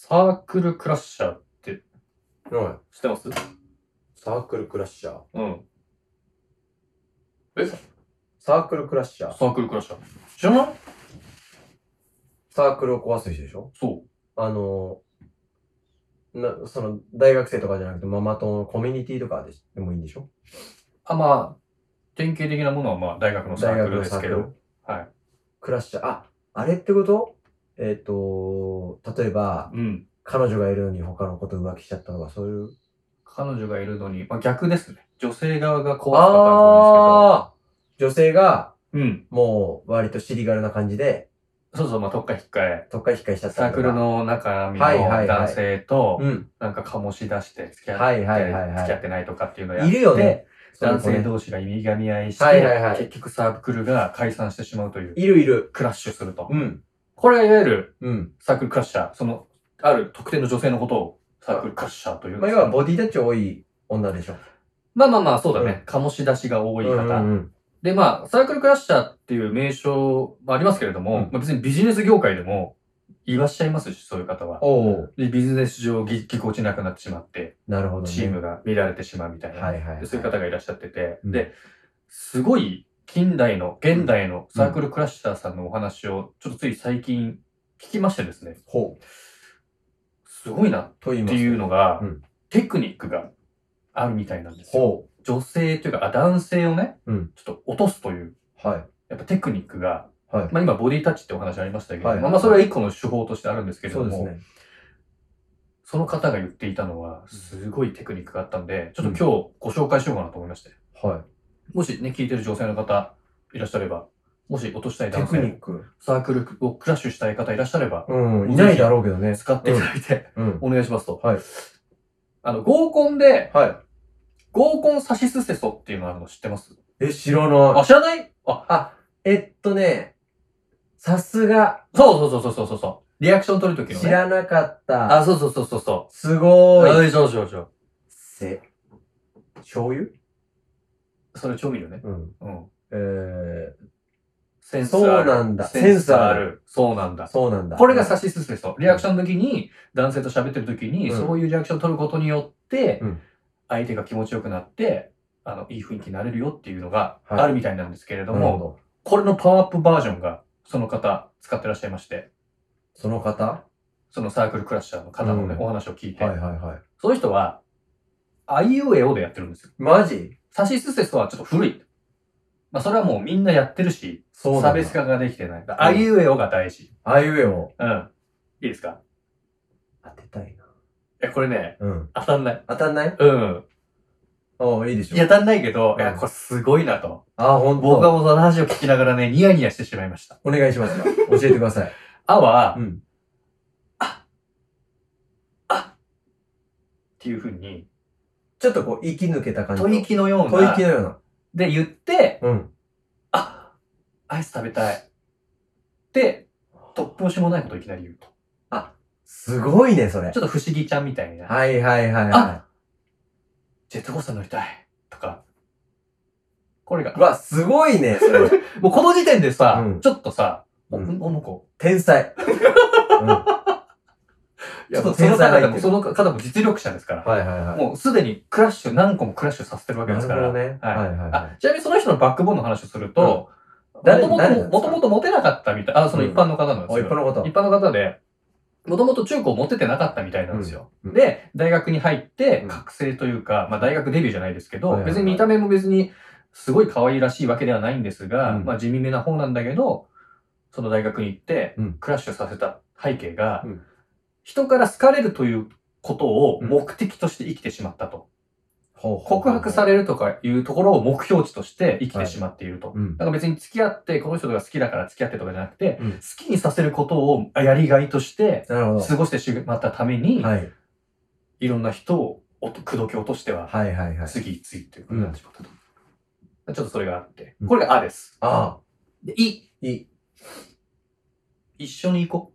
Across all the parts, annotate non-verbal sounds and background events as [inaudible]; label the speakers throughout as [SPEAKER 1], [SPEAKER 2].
[SPEAKER 1] サークルクラッシャーって
[SPEAKER 2] はい。
[SPEAKER 1] 知ってます
[SPEAKER 2] サークルクラッシャー。
[SPEAKER 1] うん。
[SPEAKER 2] サークルクラッシャ
[SPEAKER 1] サ
[SPEAKER 2] ー。
[SPEAKER 1] ークルクラッシャー。知らない
[SPEAKER 2] サークルを壊す人でしょ
[SPEAKER 1] そ
[SPEAKER 2] あのー、な、その、大学生とかじゃなくて、ママ友のコミュニティとかでしでもいいんでしょ
[SPEAKER 1] う。あ、まあ、典型的なものはまあ大学のサ
[SPEAKER 2] 大
[SPEAKER 1] ーク
[SPEAKER 2] 学
[SPEAKER 1] ル
[SPEAKER 2] の
[SPEAKER 1] です
[SPEAKER 2] サーク
[SPEAKER 1] け
[SPEAKER 2] ル
[SPEAKER 1] ど。。はい。
[SPEAKER 2] クラッシャー。あ、あれってことえっ、と例えば、
[SPEAKER 1] うん。
[SPEAKER 2] 彼女がいるのに他のこと浮気しちゃったとか、そういう。
[SPEAKER 1] 彼女がいるのに、まあ逆ですね。女性側が壊すパターンが多いんで
[SPEAKER 2] ああー女性が、
[SPEAKER 1] すけど。うん。
[SPEAKER 2] もう、割と尻軽な感じで、
[SPEAKER 1] そうそう、まあ特化引っかえ。
[SPEAKER 2] とっかひっかしちゃったと
[SPEAKER 1] サー
[SPEAKER 2] か
[SPEAKER 1] クル。の中身の
[SPEAKER 2] はいはいはい
[SPEAKER 1] 男性と、
[SPEAKER 2] うん。
[SPEAKER 1] なんか醸し出して付き合って、
[SPEAKER 2] はいはいはいはい
[SPEAKER 1] 付き合ってないとかっていうのをやっ
[SPEAKER 2] い
[SPEAKER 1] て
[SPEAKER 2] るよね。
[SPEAKER 1] 男性
[SPEAKER 2] 同
[SPEAKER 1] 同士がいみがみ合いして、
[SPEAKER 2] はいはいはい
[SPEAKER 1] 結局サークルが解散してしまうという、
[SPEAKER 2] いるいる。
[SPEAKER 1] クラッシュすると。
[SPEAKER 2] うん。
[SPEAKER 1] これはいわゆる
[SPEAKER 2] うん。
[SPEAKER 1] サークルクラッシャー、その、ある特定の女性のことをサークルクラッシャーというん
[SPEAKER 2] まあ、
[SPEAKER 1] です
[SPEAKER 2] 要
[SPEAKER 1] けど
[SPEAKER 2] はボディタッチ多い女でしょ。
[SPEAKER 1] まあまあまあ、そうだね。醸し出しが多い方。
[SPEAKER 2] うんうんうん
[SPEAKER 1] で、まあ、サークルクラッシャーっていう名称もありますけれども、
[SPEAKER 2] うん
[SPEAKER 1] まあ別にビジネス業界でも言わしちゃいますし、そういう方は。
[SPEAKER 2] おう
[SPEAKER 1] でビジネス上ぎ、ぎこちなくなってしまって、
[SPEAKER 2] なるほど、ね。
[SPEAKER 1] チームが乱れてしまうみたいな、
[SPEAKER 2] はいはいはい
[SPEAKER 1] でそういう方がいらっしゃってて、
[SPEAKER 2] うん
[SPEAKER 1] で、すごい近代の、現代のサークルクラッシャーさんのお話を、ちょっとつい最近聞きましてですね、
[SPEAKER 2] ほう。
[SPEAKER 1] すごいなっ
[SPEAKER 2] と言いま
[SPEAKER 1] て
[SPEAKER 2] すと
[SPEAKER 1] いうのが、
[SPEAKER 2] うん
[SPEAKER 1] テクニックがあるみたいなんですよ。
[SPEAKER 2] ほ
[SPEAKER 1] 女性というか、あ男性をね、
[SPEAKER 2] うん
[SPEAKER 1] ちょっと落とすという、
[SPEAKER 2] う。はい。
[SPEAKER 1] やっぱテクニックが、
[SPEAKER 2] はい。
[SPEAKER 1] まあ今ボディタッチってお話ありましたけど、
[SPEAKER 2] はい
[SPEAKER 1] まあまあそれは一個の手法としてあるんですけれど
[SPEAKER 2] そう
[SPEAKER 1] も、
[SPEAKER 2] ですね。
[SPEAKER 1] その方が言っていたのは、すごいテクニックがあったんで、ちょっと今日ご紹介しようかなと思いまして。
[SPEAKER 2] は
[SPEAKER 1] もしね、聞いてる女性の方いらっしゃれば、もし落としたい
[SPEAKER 2] い。テ
[SPEAKER 1] 男
[SPEAKER 2] クニ
[SPEAKER 1] 性、
[SPEAKER 2] ック。
[SPEAKER 1] サークルをクラッシュしたい方いらっしゃれば、
[SPEAKER 2] うん。いないだろうけどね。
[SPEAKER 1] 使っていただいて、
[SPEAKER 2] うん。
[SPEAKER 1] お願いしますと。
[SPEAKER 2] はい。
[SPEAKER 1] あの、合コンで、
[SPEAKER 2] はい。
[SPEAKER 1] 合コンサシスセソっていうのあるの知ってます
[SPEAKER 2] え、知らない。
[SPEAKER 1] あ、知らないあ、
[SPEAKER 2] あ、えっとね、さすが、
[SPEAKER 1] そうそうそうそうそうそう。リアクション取るときの、ね。
[SPEAKER 2] 知らなかった。
[SPEAKER 1] あ、そうそうそうそうそ
[SPEAKER 2] す
[SPEAKER 1] う。
[SPEAKER 2] ごい。
[SPEAKER 1] い、そうそうそう。
[SPEAKER 2] せ、醤油
[SPEAKER 1] それ調味料ね。
[SPEAKER 2] うん。
[SPEAKER 1] うん。
[SPEAKER 2] えー、
[SPEAKER 1] センスあ
[SPEAKER 2] そ
[SPEAKER 1] る。
[SPEAKER 2] うなんだ
[SPEAKER 1] センスあ
[SPEAKER 2] セン
[SPEAKER 1] る。そうなんだ。
[SPEAKER 2] そうなんだ。
[SPEAKER 1] これがサシスセソ。リアクションの時に、男性と喋ってる時に、
[SPEAKER 2] うん
[SPEAKER 1] そういうリアクションを取ることによって、
[SPEAKER 2] うん
[SPEAKER 1] 相手が気持ちよくなって、あの、いい雰囲気になれるよっていうのが
[SPEAKER 2] はい
[SPEAKER 1] あるみたいなんですけれど
[SPEAKER 2] なる
[SPEAKER 1] も、
[SPEAKER 2] ほど。
[SPEAKER 1] これのパワーアップバージョンが、その方、使ってらっしゃいまして、
[SPEAKER 2] その方は
[SPEAKER 1] そのサークルクラッシャーの方のね、
[SPEAKER 2] うん
[SPEAKER 1] お話を聞い
[SPEAKER 2] い
[SPEAKER 1] て、
[SPEAKER 2] はいはい。
[SPEAKER 1] その人は、あいうえおでやってるんですよ。
[SPEAKER 2] マジ
[SPEAKER 1] サシスセソはちょっと古い。まあ、それはもうみんなやってるし、
[SPEAKER 2] そうなんだ。
[SPEAKER 1] 差別化ができてない。あいうえおが大事。
[SPEAKER 2] あいうえを
[SPEAKER 1] うん。いいですか
[SPEAKER 2] 当てたいな。
[SPEAKER 1] え、これね、
[SPEAKER 2] うん。
[SPEAKER 1] 当たんない。
[SPEAKER 2] 当たんない
[SPEAKER 1] うん。
[SPEAKER 2] おういいでしょ。
[SPEAKER 1] いや、当たんないけど、いや、
[SPEAKER 2] うん
[SPEAKER 1] これすごいなと。
[SPEAKER 2] あ、ほん
[SPEAKER 1] 僕は
[SPEAKER 2] と。
[SPEAKER 1] もうその話を聞きながらね、ニヤニヤしてしまいました。
[SPEAKER 2] お願いしますよ。教えてください。
[SPEAKER 1] あは、
[SPEAKER 2] う
[SPEAKER 1] っ
[SPEAKER 2] ん。
[SPEAKER 1] ていうふうに、
[SPEAKER 2] ちょっとこう、息抜けた感じ。
[SPEAKER 1] 吐息のよう
[SPEAKER 2] 吐
[SPEAKER 1] な
[SPEAKER 2] 息、のような。
[SPEAKER 1] で言って、
[SPEAKER 2] うん。
[SPEAKER 1] あアイス食べたい。で、突拍子もないことをいきなり言うと。
[SPEAKER 2] すごいね、それ
[SPEAKER 1] ち。ょっと不思議ちゃんみたいな。
[SPEAKER 2] はいはいはいは
[SPEAKER 1] あジェットコースター乗りたい。とか。これが
[SPEAKER 2] い。う、わ、すごいね、それ。
[SPEAKER 1] もうこの時点でさ、
[SPEAKER 2] うん
[SPEAKER 1] ちょっとさ、お、
[SPEAKER 2] うん
[SPEAKER 1] おの子、
[SPEAKER 2] 天 [laughs] 才。うんはい
[SPEAKER 1] や
[SPEAKER 2] ちょっと
[SPEAKER 1] その
[SPEAKER 2] 天才
[SPEAKER 1] 方
[SPEAKER 2] 入って
[SPEAKER 1] で
[SPEAKER 2] る
[SPEAKER 1] も、その方も実力者ですから。
[SPEAKER 2] いはいは
[SPEAKER 1] もうすでにクラッシュ、何個もクラッシュさせてるわ
[SPEAKER 2] い。
[SPEAKER 1] け
[SPEAKER 2] な
[SPEAKER 1] で
[SPEAKER 2] る
[SPEAKER 1] す
[SPEAKER 2] ほ
[SPEAKER 1] か
[SPEAKER 2] ど
[SPEAKER 1] ら。
[SPEAKER 2] ね。
[SPEAKER 1] はい
[SPEAKER 2] はいはいは
[SPEAKER 1] あちなみにその人のバックボーンの話をすると、
[SPEAKER 2] 誰
[SPEAKER 1] もとも
[SPEAKER 2] 誰な
[SPEAKER 1] と、
[SPEAKER 2] んですか
[SPEAKER 1] もともとモテなかったみたい。あ、その一般の方なん
[SPEAKER 2] い。
[SPEAKER 1] です
[SPEAKER 2] お、
[SPEAKER 1] よ。
[SPEAKER 2] 一般のこと。
[SPEAKER 1] 一般の方で、もともと中高モテてなかったみたいなんですよ。
[SPEAKER 2] うんうん
[SPEAKER 1] で、大学に入って
[SPEAKER 2] う、ん
[SPEAKER 1] 覚醒というか、まあ大学デビューじゃないですけど、
[SPEAKER 2] はいはいはい
[SPEAKER 1] 別に見た目も別に、すごい可愛いらしいわけではないんですが、
[SPEAKER 2] うん
[SPEAKER 1] まあ地味めな方なんだけど、その大学に行って
[SPEAKER 2] うん、
[SPEAKER 1] クラッシュさせた背景が、
[SPEAKER 2] うん
[SPEAKER 1] 人から好かれるということを
[SPEAKER 2] うん
[SPEAKER 1] 目的として生きてしまったと。
[SPEAKER 2] ほうほうほう
[SPEAKER 1] 告白されるとかいうところを目標値として生きてしまっていると。
[SPEAKER 2] うん。
[SPEAKER 1] だから別に付き合って、この人が好きだから付き合ってとかじゃなくて、
[SPEAKER 2] うん
[SPEAKER 1] 好きにさせることをやりがいとして
[SPEAKER 2] なるほど。
[SPEAKER 1] 過ごしてしまったために、、
[SPEAKER 2] はいい。
[SPEAKER 1] ろんな人をおと口説き落としては、
[SPEAKER 2] はいはいはい。
[SPEAKER 1] 次次っていうことになってしまったと。ちょっとそれがあって
[SPEAKER 2] う。ん
[SPEAKER 1] これがあです。
[SPEAKER 2] あ
[SPEAKER 1] で、い。
[SPEAKER 2] い。
[SPEAKER 1] 一緒に行こ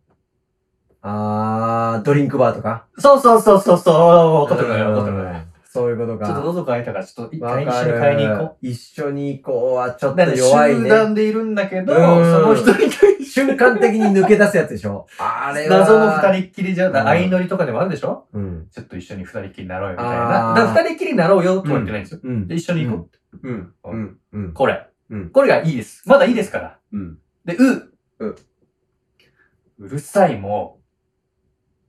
[SPEAKER 2] あ。あー、ドリンクバーとか。
[SPEAKER 1] う。そうそうそうそうそう。わかってるわ
[SPEAKER 2] うん
[SPEAKER 1] かってるわ
[SPEAKER 2] そういうことか。
[SPEAKER 1] ちょっと喉乾いたから、ちょっと一
[SPEAKER 2] わ
[SPEAKER 1] 回一
[SPEAKER 2] か
[SPEAKER 1] 緒
[SPEAKER 2] る
[SPEAKER 1] に買いに行こう。
[SPEAKER 2] 一緒に行こうはちょっと
[SPEAKER 1] だから
[SPEAKER 2] 弱い
[SPEAKER 1] 集
[SPEAKER 2] ね。
[SPEAKER 1] 団でいるんだけど、
[SPEAKER 2] うん
[SPEAKER 1] その人に対
[SPEAKER 2] 瞬間的に抜け出すやつでしょ。 [laughs] あれは。
[SPEAKER 1] 謎の二人っきりじゃ
[SPEAKER 2] う
[SPEAKER 1] なんい、相乗りとかでもあるでしょ
[SPEAKER 2] うん。
[SPEAKER 1] ちょっと一緒に二人っきりになろうよみたい
[SPEAKER 2] あ
[SPEAKER 1] な。
[SPEAKER 2] ー
[SPEAKER 1] だから二人っきりになろうよとは言ってないんですよ。
[SPEAKER 2] うん
[SPEAKER 1] で、。一緒に行こ
[SPEAKER 2] うん。うん。うん
[SPEAKER 1] う。。これ
[SPEAKER 2] うん。
[SPEAKER 1] これがいいです。まだいいですから。
[SPEAKER 2] うん。
[SPEAKER 1] で、う。
[SPEAKER 2] う
[SPEAKER 1] うるさいも、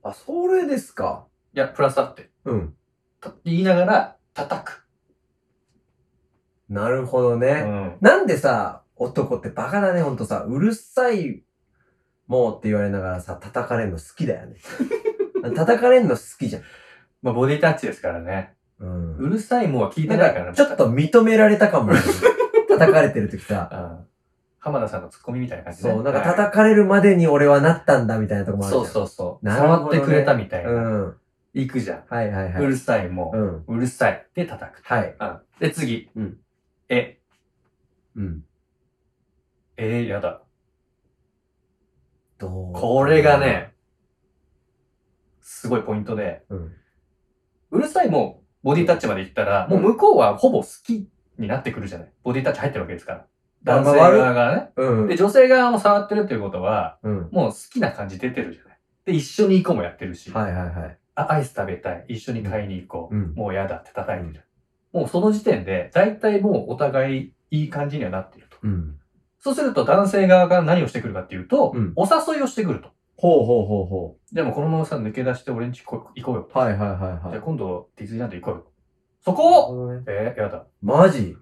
[SPEAKER 2] あ、それですか。
[SPEAKER 1] いや、プラスだって。
[SPEAKER 2] うん。
[SPEAKER 1] た言いながら、叩く。
[SPEAKER 2] なるほど
[SPEAKER 1] う
[SPEAKER 2] ね。
[SPEAKER 1] ん。
[SPEAKER 2] なんでさ、男ってバカだね、ほんとさ、うるさいもうって言われながらさ、叩かれるの好きだよ [laughs] ね。叩かれるの好きじゃん。
[SPEAKER 1] まあ、ボディタッチですからね。
[SPEAKER 2] うん。
[SPEAKER 1] うるさいもは聞い
[SPEAKER 2] な
[SPEAKER 1] て
[SPEAKER 2] ん
[SPEAKER 1] ないから
[SPEAKER 2] か、
[SPEAKER 1] ね。
[SPEAKER 2] ちょっと認められたか [laughs] も。叩かれてる時さ。
[SPEAKER 1] うん。浜田さんのツッコミみたいな感じね
[SPEAKER 2] そう、なんか
[SPEAKER 1] はい
[SPEAKER 2] 叩かれるまでに俺はなったんだみたいなとこもあるじ
[SPEAKER 1] そ
[SPEAKER 2] ゃん。
[SPEAKER 1] うそうそう。
[SPEAKER 2] なるほ
[SPEAKER 1] 触
[SPEAKER 2] ど
[SPEAKER 1] っ
[SPEAKER 2] ね
[SPEAKER 1] てくれたみたいな。
[SPEAKER 2] うん。
[SPEAKER 1] 行くじゃん。
[SPEAKER 2] はいはいは
[SPEAKER 1] う
[SPEAKER 2] い。
[SPEAKER 1] るさいも
[SPEAKER 2] う、ん。
[SPEAKER 1] うるさい。で、叩く。
[SPEAKER 2] はい。
[SPEAKER 1] うん。で、次。
[SPEAKER 2] うん
[SPEAKER 1] え、
[SPEAKER 2] うん。
[SPEAKER 1] えー、やだ。
[SPEAKER 2] どう
[SPEAKER 1] これが、ね、すごいポイントで、
[SPEAKER 2] うん。
[SPEAKER 1] うるさいも、ボディタッチまで行ったら、もう向こうはほぼ好きになってくるじゃない。ボディタッチ入ってるわけですから。
[SPEAKER 2] まあ
[SPEAKER 1] 男性側がね。
[SPEAKER 2] うん。
[SPEAKER 1] で、女性側も触ってるっていうことは、
[SPEAKER 2] うん。
[SPEAKER 1] もう好きな感じ出てるじゃない。で、一緒に行こうもやってるし、
[SPEAKER 2] はいはいはい。
[SPEAKER 1] あ、アイス食べたい。一緒に買いに行こう。
[SPEAKER 2] うん。
[SPEAKER 1] もうやだって叩いてる。もうその時点で、だいたいもうお互いいい感じにはなっていると。
[SPEAKER 2] うん。
[SPEAKER 1] そうすると男性側が何をしてくるかっていうと、
[SPEAKER 2] うん
[SPEAKER 1] お誘いをしてくると。
[SPEAKER 2] ほうほうほうほ
[SPEAKER 1] でもこのままさ、抜け出して俺んち行こう行こうよ
[SPEAKER 2] う。はいはいはいは
[SPEAKER 1] じゃあ
[SPEAKER 2] い。
[SPEAKER 1] 今度ディズニーランド行こうよ。そこを、
[SPEAKER 2] を
[SPEAKER 1] えー、やだ。
[SPEAKER 2] マジ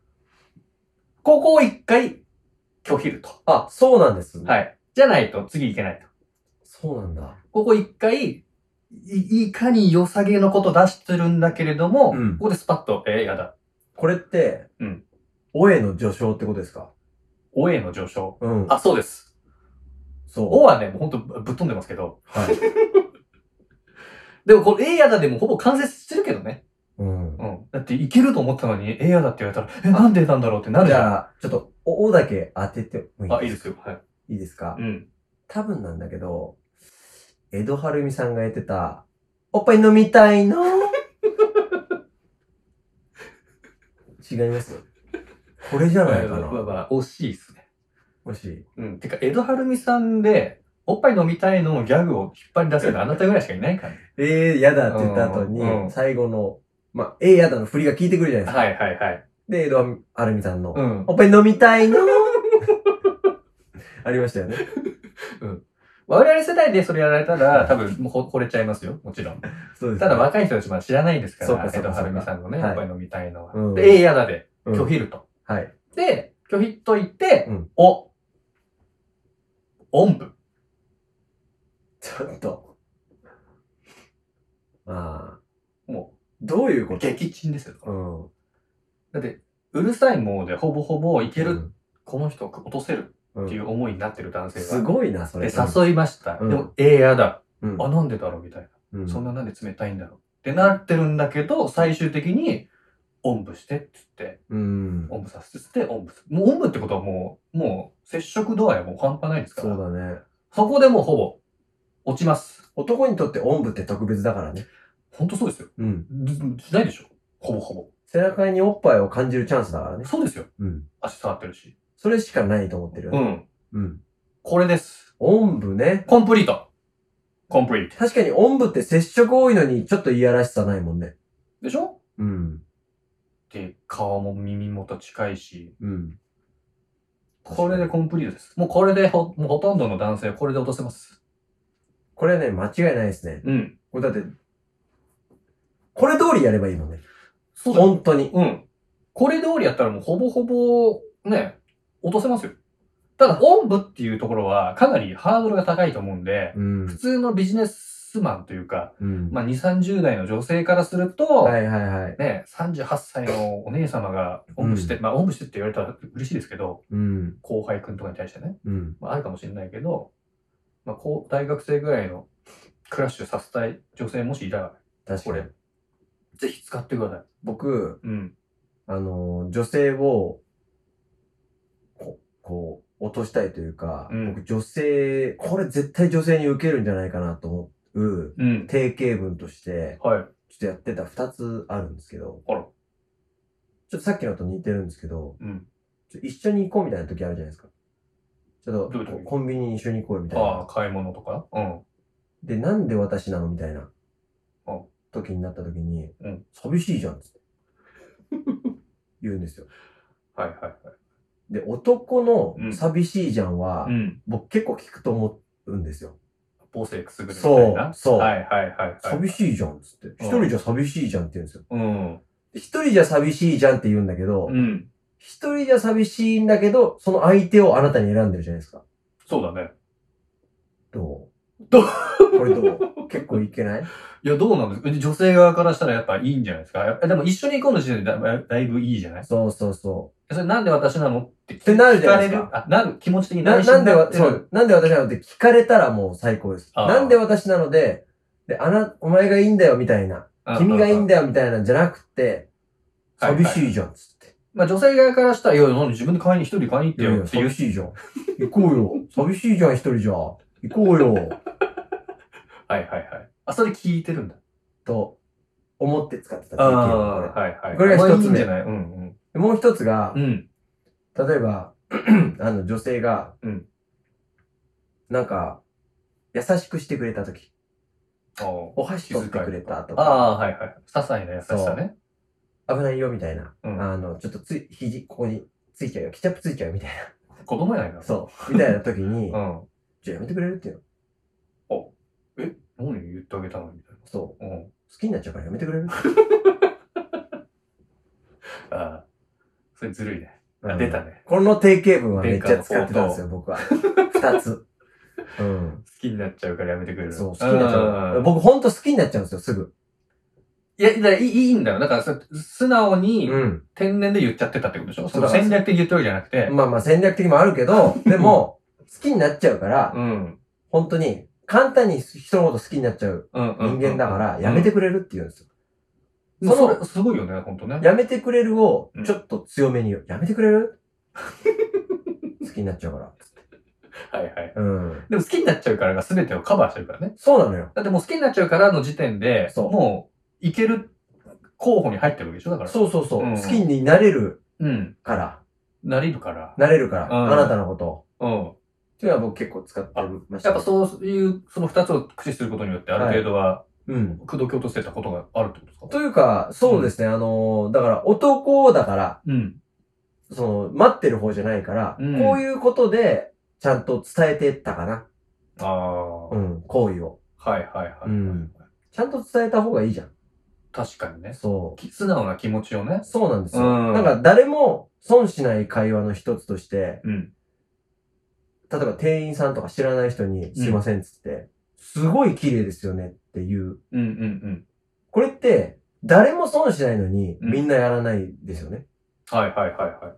[SPEAKER 1] ここを一回拒否ると。
[SPEAKER 2] あ、そうなんです。い。
[SPEAKER 1] はい。じゃないと次行けないと。
[SPEAKER 2] そうなんだ。
[SPEAKER 1] ここ一回、い、いかに良さげのこと出してるんだけれども、
[SPEAKER 2] うん
[SPEAKER 1] ここでスパッと、えー、やだ。
[SPEAKER 2] これって、
[SPEAKER 1] うん。
[SPEAKER 2] おえの序章ってことですか
[SPEAKER 1] おえの上昇。
[SPEAKER 2] うん。
[SPEAKER 1] あ、そうです。
[SPEAKER 2] そう。
[SPEAKER 1] おはね、もうほんとぶっ飛んでますけど。
[SPEAKER 2] はい。
[SPEAKER 1] でもこれ、えー、やだでもほぼ完成してるけどね。
[SPEAKER 2] うん。
[SPEAKER 1] うん。だっていけると思ったのに、えー、やだって言われたら、え、なんでなんだろうってなる
[SPEAKER 2] じ
[SPEAKER 1] じゃん。
[SPEAKER 2] ゃあ、ちょっと、お、おだけ当ててもいい
[SPEAKER 1] あ、いいですよ。はい。
[SPEAKER 2] いいですか
[SPEAKER 1] うん。
[SPEAKER 2] 多分なんだけど、江戸晴美さんが言ってた、おっぱい飲みたい
[SPEAKER 1] [laughs]
[SPEAKER 2] の違いますこれじゃない
[SPEAKER 1] ま
[SPEAKER 2] か
[SPEAKER 1] あ
[SPEAKER 2] な。
[SPEAKER 1] まあ、惜しいですね。
[SPEAKER 2] もし、
[SPEAKER 1] うん。てか、江戸晴美さんで、おっぱい飲みたいののギャグを引っ張り出せるのあなたぐらいしかいないからね。
[SPEAKER 2] [laughs] えー、やだって言った後に、
[SPEAKER 1] うんうん
[SPEAKER 2] 最後の、まあ、えー、やだの振りが効いてくるじゃないですか。
[SPEAKER 1] はいはいはい。
[SPEAKER 2] で、江戸晴美さんの、
[SPEAKER 1] うん。
[SPEAKER 2] おっぱい飲みたい
[SPEAKER 1] [laughs]
[SPEAKER 2] のありましたよね。
[SPEAKER 1] 我々世代でそれやられたら、多分、もう惚れちゃいますよ。もちろん。
[SPEAKER 2] そうです、
[SPEAKER 1] ただ、若い人たちまだ知らないですか、
[SPEAKER 2] そうからそ
[SPEAKER 1] 江
[SPEAKER 2] うか
[SPEAKER 1] 戸晴美さんのね、
[SPEAKER 2] はい
[SPEAKER 1] おっぱい飲みたいのは。
[SPEAKER 2] うん
[SPEAKER 1] で、ええやだで、
[SPEAKER 2] うん
[SPEAKER 1] 拒否ると。
[SPEAKER 2] はい。
[SPEAKER 1] で、拒否と言って
[SPEAKER 2] うん、
[SPEAKER 1] お、おんぶ。
[SPEAKER 2] ちょっと。まあ、
[SPEAKER 1] も
[SPEAKER 2] どういう
[SPEAKER 1] う、
[SPEAKER 2] こと
[SPEAKER 1] 激鎮ですよ。
[SPEAKER 2] う
[SPEAKER 1] だ
[SPEAKER 2] ん。
[SPEAKER 1] って、うるさいもうで、ほぼほぼいけ
[SPEAKER 2] う
[SPEAKER 1] る、
[SPEAKER 2] ん
[SPEAKER 1] この人を落とせる
[SPEAKER 2] うん
[SPEAKER 1] っていう思いになってる男性が。
[SPEAKER 2] すごいな、それ。
[SPEAKER 1] で、誘いました。
[SPEAKER 2] うん
[SPEAKER 1] でも、ええやだ。
[SPEAKER 2] うん。
[SPEAKER 1] あ、なんでだろうみたいな。
[SPEAKER 2] うん、
[SPEAKER 1] そんななんで冷たいんだろうってなってるんだけど、最終的に、おんぶしてって言って、
[SPEAKER 2] うん。
[SPEAKER 1] おんぶさせて、おんぶすもうおんぶってことはもう、もう接触度合いはもう半端ないですか
[SPEAKER 2] そう
[SPEAKER 1] ら。
[SPEAKER 2] だね。
[SPEAKER 1] そこでもうほぼ、落ちます。
[SPEAKER 2] 男にとっておんぶって特別だからね。
[SPEAKER 1] ほんとそうですよ。
[SPEAKER 2] うん。
[SPEAKER 1] ずしないでしょほぼほぼ。
[SPEAKER 2] 背中におっぱいを感じるチャンスだからね。
[SPEAKER 1] そうですよ。
[SPEAKER 2] うん。
[SPEAKER 1] 足触ってるし。
[SPEAKER 2] それしかないと思ってるよ
[SPEAKER 1] う
[SPEAKER 2] ね。
[SPEAKER 1] ん。
[SPEAKER 2] うん。
[SPEAKER 1] これです。
[SPEAKER 2] おんぶね。
[SPEAKER 1] コンプリート。コンプリート。
[SPEAKER 2] 確かにおんぶって接触多いのにちょっといやらしさないもんね。
[SPEAKER 1] でしょ
[SPEAKER 2] うん。
[SPEAKER 1] で、顔も耳元近いし、
[SPEAKER 2] うん。
[SPEAKER 1] これでコンプリートです。もうこれでほ、もうほとんどの男性はこれで落とせます。
[SPEAKER 2] これはね、間違いないですね。
[SPEAKER 1] うん。
[SPEAKER 2] これだって、これ通りやればいいもんね。
[SPEAKER 1] そうだよ
[SPEAKER 2] 本当に。
[SPEAKER 1] うん。これ通りやったらもうほぼほぼ、ね、落とせますよ。ただ、おんぶっていうところはかなりハードルが高いと思うんで、
[SPEAKER 2] うん
[SPEAKER 1] 普。通のビジネスマンというか、
[SPEAKER 2] うん。
[SPEAKER 1] まあ、2、30代の女性からすると、
[SPEAKER 2] はいはいはい。
[SPEAKER 1] ね、38歳のお姉様がおんぶして、まあ、おんぶしてって言われたら嬉しいですけど、
[SPEAKER 2] うん。
[SPEAKER 1] 後輩くんとかに対してね、
[SPEAKER 2] うん。
[SPEAKER 1] まあ、あるかもしれないけど、まあ、こう、大学生ぐらいのクラッシュさせたい女性もしいたら、
[SPEAKER 2] 確
[SPEAKER 1] こ
[SPEAKER 2] かに
[SPEAKER 1] れ。、ぜひ使ってください。
[SPEAKER 2] 僕、
[SPEAKER 1] うん。
[SPEAKER 2] あの、女性を、ここう、落としたいというか、
[SPEAKER 1] うん
[SPEAKER 2] 僕女性、これ絶対女性に受けるんじゃないかなと思う、
[SPEAKER 1] うん。
[SPEAKER 2] 定型文として、
[SPEAKER 1] はい。
[SPEAKER 2] ちょっとやってた二つあるんですけど、
[SPEAKER 1] あら。
[SPEAKER 2] ちょっとさっきのと似てるんですけど、
[SPEAKER 1] うん。
[SPEAKER 2] ちょっと一緒に行こうみたいな時あるじゃないですか。ちょっ
[SPEAKER 1] どういうこ
[SPEAKER 2] と
[SPEAKER 1] と
[SPEAKER 2] コンビニ一緒に行こうよみたい
[SPEAKER 1] ああ、
[SPEAKER 2] な。
[SPEAKER 1] 買い物とかうん。
[SPEAKER 2] で、なんで私なのみたいな
[SPEAKER 1] あ
[SPEAKER 2] 時になった時に、
[SPEAKER 1] うん
[SPEAKER 2] 寂しいじゃんっつって言うんですよ。
[SPEAKER 1] はいはいはい。
[SPEAKER 2] で、男
[SPEAKER 1] う
[SPEAKER 2] の
[SPEAKER 1] ん
[SPEAKER 2] 寂しいじゃんは、
[SPEAKER 1] うん。
[SPEAKER 2] 僕結構聞くと思うんですよ。
[SPEAKER 1] 母性くすぐるみたいな。
[SPEAKER 2] そうそう
[SPEAKER 1] はいはいはいはい。
[SPEAKER 2] 寂しいじゃんっつって。一人じゃ寂しいじゃんって言うんですよ。
[SPEAKER 1] うん。
[SPEAKER 2] で一人じゃ寂しいじゃんって言うんだけど、
[SPEAKER 1] うん。
[SPEAKER 2] 一人じゃ寂しいんだけど、その相手をあなたに選んでるじゃないですか。
[SPEAKER 1] そうだね。
[SPEAKER 2] どう
[SPEAKER 1] どう
[SPEAKER 2] これどう結構いけない
[SPEAKER 1] いや、どうなんですか女性側からしたらやっぱいいんじゃないですかやっぱでも一緒に行こうの時点でだだいぶいいじゃない
[SPEAKER 2] そうそうそ
[SPEAKER 1] それなんで私なのって
[SPEAKER 2] てなるじゃないですか
[SPEAKER 1] 聞かれるあ、なる。気持ち的
[SPEAKER 2] う。
[SPEAKER 1] に
[SPEAKER 2] な、
[SPEAKER 1] 内
[SPEAKER 2] な
[SPEAKER 1] 心
[SPEAKER 2] んで
[SPEAKER 1] に
[SPEAKER 2] わ、
[SPEAKER 1] ってる
[SPEAKER 2] そう、なんで私なのって聞かれたらもう最高です。
[SPEAKER 1] あー
[SPEAKER 2] なんで私なので、で、あな、お前がいいんだよみたいな、君がいいん
[SPEAKER 1] だ
[SPEAKER 2] だよみたいなんじゃなくて、寂しいじゃんっつって。
[SPEAKER 1] まあ女性側からしたら、いや、なんで自分で買いに、一人で買いに行って
[SPEAKER 2] いやい
[SPEAKER 1] よ
[SPEAKER 2] や、
[SPEAKER 1] っていう
[SPEAKER 2] 寂。しいじゃん。行こうよ。寂しいじゃん、一人じゃ。行こうよ。
[SPEAKER 1] はいはいはい。あ、それ聞いてるんだ。
[SPEAKER 2] と、思って使ってた経
[SPEAKER 1] あ
[SPEAKER 2] 験
[SPEAKER 1] あ、
[SPEAKER 2] こ
[SPEAKER 1] はいはい。
[SPEAKER 2] これが一つ
[SPEAKER 1] まあいい
[SPEAKER 2] 目
[SPEAKER 1] んじゃないうん
[SPEAKER 2] れ。もう一つが
[SPEAKER 1] う、ん。うん。
[SPEAKER 2] 例えば、 [clears throat] あの、女性が、
[SPEAKER 1] うん
[SPEAKER 2] なんか、優しくしてくれたとき、
[SPEAKER 1] あー
[SPEAKER 2] お箸取ってくれたとか、
[SPEAKER 1] あー、はいはい。些細な優しさね。
[SPEAKER 2] 危ないよみたいな、
[SPEAKER 1] うん
[SPEAKER 2] あの、ちょっとつい、肘、ここについちゃうよ、ケチャップついちゃうよみたい
[SPEAKER 1] 子供やないか
[SPEAKER 2] な、そう、みたいなときに、
[SPEAKER 1] ら。うん。
[SPEAKER 2] じゃあやめてくれるっていうの、
[SPEAKER 1] え、何言ってあげたのみたい
[SPEAKER 2] そう、
[SPEAKER 1] な。うん。
[SPEAKER 2] 好きになっちゃうからやめてくれる、
[SPEAKER 1] ああ。それずるいね。
[SPEAKER 2] う
[SPEAKER 1] あ、
[SPEAKER 2] ん
[SPEAKER 1] 出た。ね。
[SPEAKER 2] この定型文はめっちゃ使ってたんですよ、僕は。二つ。
[SPEAKER 1] [laughs]
[SPEAKER 2] うん。
[SPEAKER 1] 好きになっちゃうからやめてくれる。
[SPEAKER 2] そう、好きになっちゃうから。
[SPEAKER 1] んい
[SPEAKER 2] 僕ほんと好きになっちゃうんですよ、すぐ。
[SPEAKER 1] や、だからいいいいんだよ。だからそれ、素直に、
[SPEAKER 2] うん。
[SPEAKER 1] 天然で言っちゃってたってことでしょそ
[SPEAKER 2] そ
[SPEAKER 1] う
[SPEAKER 2] だ
[SPEAKER 1] の戦略的に言ってるわけじゃなくて。
[SPEAKER 2] まあまあ戦略的もある
[SPEAKER 1] [laughs]
[SPEAKER 2] けど、でも、好きになっちゃうから、
[SPEAKER 1] うん。
[SPEAKER 2] 本当に、簡単に人のこと好きになっちゃう
[SPEAKER 1] うん。
[SPEAKER 2] 人間だから、やめて
[SPEAKER 1] く
[SPEAKER 2] くれるって言うんですよ。
[SPEAKER 1] れ。
[SPEAKER 2] そ
[SPEAKER 1] そ
[SPEAKER 2] の
[SPEAKER 1] れ、すごいよね、ほんとね。
[SPEAKER 2] やめてくれるを
[SPEAKER 1] う、ん
[SPEAKER 2] ちょっと強めに言う。やめてくれ
[SPEAKER 1] [laughs]
[SPEAKER 2] る好きになっちゃうから。
[SPEAKER 1] はいはい。
[SPEAKER 2] うん。
[SPEAKER 1] でも好きになっちゃうからが全てをカバーしてるからね。
[SPEAKER 2] そうなのよ。
[SPEAKER 1] だってもう好きになっちゃうからの時点で、
[SPEAKER 2] そう
[SPEAKER 1] もう、いける候補に入ってるわけでしょだから。
[SPEAKER 2] そうそうそう。
[SPEAKER 1] うん
[SPEAKER 2] 好きになれる
[SPEAKER 1] うん。
[SPEAKER 2] から。
[SPEAKER 1] なれるから。
[SPEAKER 2] なれるから。
[SPEAKER 1] うん
[SPEAKER 2] あなたのことを。
[SPEAKER 1] うん。
[SPEAKER 2] っていうのは僕結構使ってました
[SPEAKER 1] やっぱ
[SPEAKER 2] ね、
[SPEAKER 1] そういう、その二つを駆使することによって、ある程度は、
[SPEAKER 2] うん。
[SPEAKER 1] 口説き落としてたことがあるってことですか
[SPEAKER 2] というか、そうですね。あのー、だから男だから、
[SPEAKER 1] うん。
[SPEAKER 2] その、待ってる方じゃないから、
[SPEAKER 1] うん
[SPEAKER 2] こういうことで、ちゃんと伝えてったかな。
[SPEAKER 1] ああ、は
[SPEAKER 2] う
[SPEAKER 1] い
[SPEAKER 2] ん、行為を。
[SPEAKER 1] はいはいはい。
[SPEAKER 2] うんちゃんと伝えた方がいいじゃん。
[SPEAKER 1] 確かにね。
[SPEAKER 2] そう。
[SPEAKER 1] き素直な気持ちをね。
[SPEAKER 2] そうなんですよ。
[SPEAKER 1] うん
[SPEAKER 2] なんか誰も損しない会話の一つとして、
[SPEAKER 1] うん。
[SPEAKER 2] 例えば店員さんとか知らない人にすいませんっつって、すごい綺麗ですよねっていう。
[SPEAKER 1] うんうんうん。
[SPEAKER 2] これって誰も損しないのに
[SPEAKER 1] うん
[SPEAKER 2] みんなやらないですよね。
[SPEAKER 1] はいはいはいは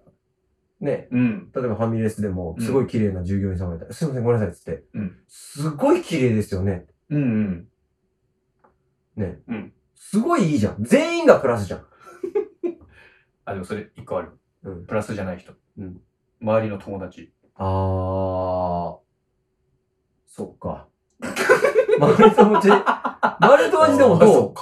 [SPEAKER 1] い。
[SPEAKER 2] ね。
[SPEAKER 1] うん。
[SPEAKER 2] 例えばファミレスでも
[SPEAKER 1] うん
[SPEAKER 2] すごい綺麗な従業員さんがいたら、すいませんごめんなさいっつって、
[SPEAKER 1] うん
[SPEAKER 2] すごい綺麗ですよね。
[SPEAKER 1] うんうん。
[SPEAKER 2] ね。
[SPEAKER 1] うん
[SPEAKER 2] すごいいいじゃん。全員がプラスじゃん。
[SPEAKER 1] あ、でもそれ一個ある。
[SPEAKER 2] うん。
[SPEAKER 1] プラスじゃない人。
[SPEAKER 2] うん。
[SPEAKER 1] 周りの友達。
[SPEAKER 2] あー。そっか。 [laughs] 周りの
[SPEAKER 1] [laughs]
[SPEAKER 2] 友達、周りの友達でも
[SPEAKER 1] あー
[SPEAKER 2] ど
[SPEAKER 1] そうっ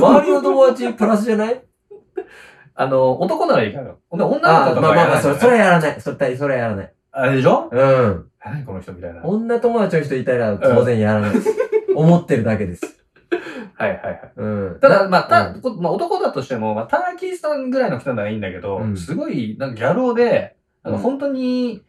[SPEAKER 1] か。
[SPEAKER 2] 周りの友達プラスじゃない
[SPEAKER 1] [laughs] あの、男ならいいから。ほんで女の
[SPEAKER 2] ああ、
[SPEAKER 1] 子と
[SPEAKER 2] ま
[SPEAKER 1] か
[SPEAKER 2] あま
[SPEAKER 1] や
[SPEAKER 2] あまあ、
[SPEAKER 1] ら
[SPEAKER 2] そ
[SPEAKER 1] な
[SPEAKER 2] れ、
[SPEAKER 1] い
[SPEAKER 2] それはやらない。それ対、それはやらない。
[SPEAKER 1] あれでしょ
[SPEAKER 2] うん。
[SPEAKER 1] 何この人みたいな。はい
[SPEAKER 2] 女友達の人いたら当然やらないです。思ってるだけです。
[SPEAKER 1] はいはい。
[SPEAKER 2] うん。
[SPEAKER 1] ただ、まあ、た、
[SPEAKER 2] うん
[SPEAKER 1] こまあ、男だとしても、まあ、ターキーさんぐらいの人ならいいんだけど、
[SPEAKER 2] うん
[SPEAKER 1] すごい、なんかギャル男で、あの、
[SPEAKER 2] うん
[SPEAKER 1] 本当に、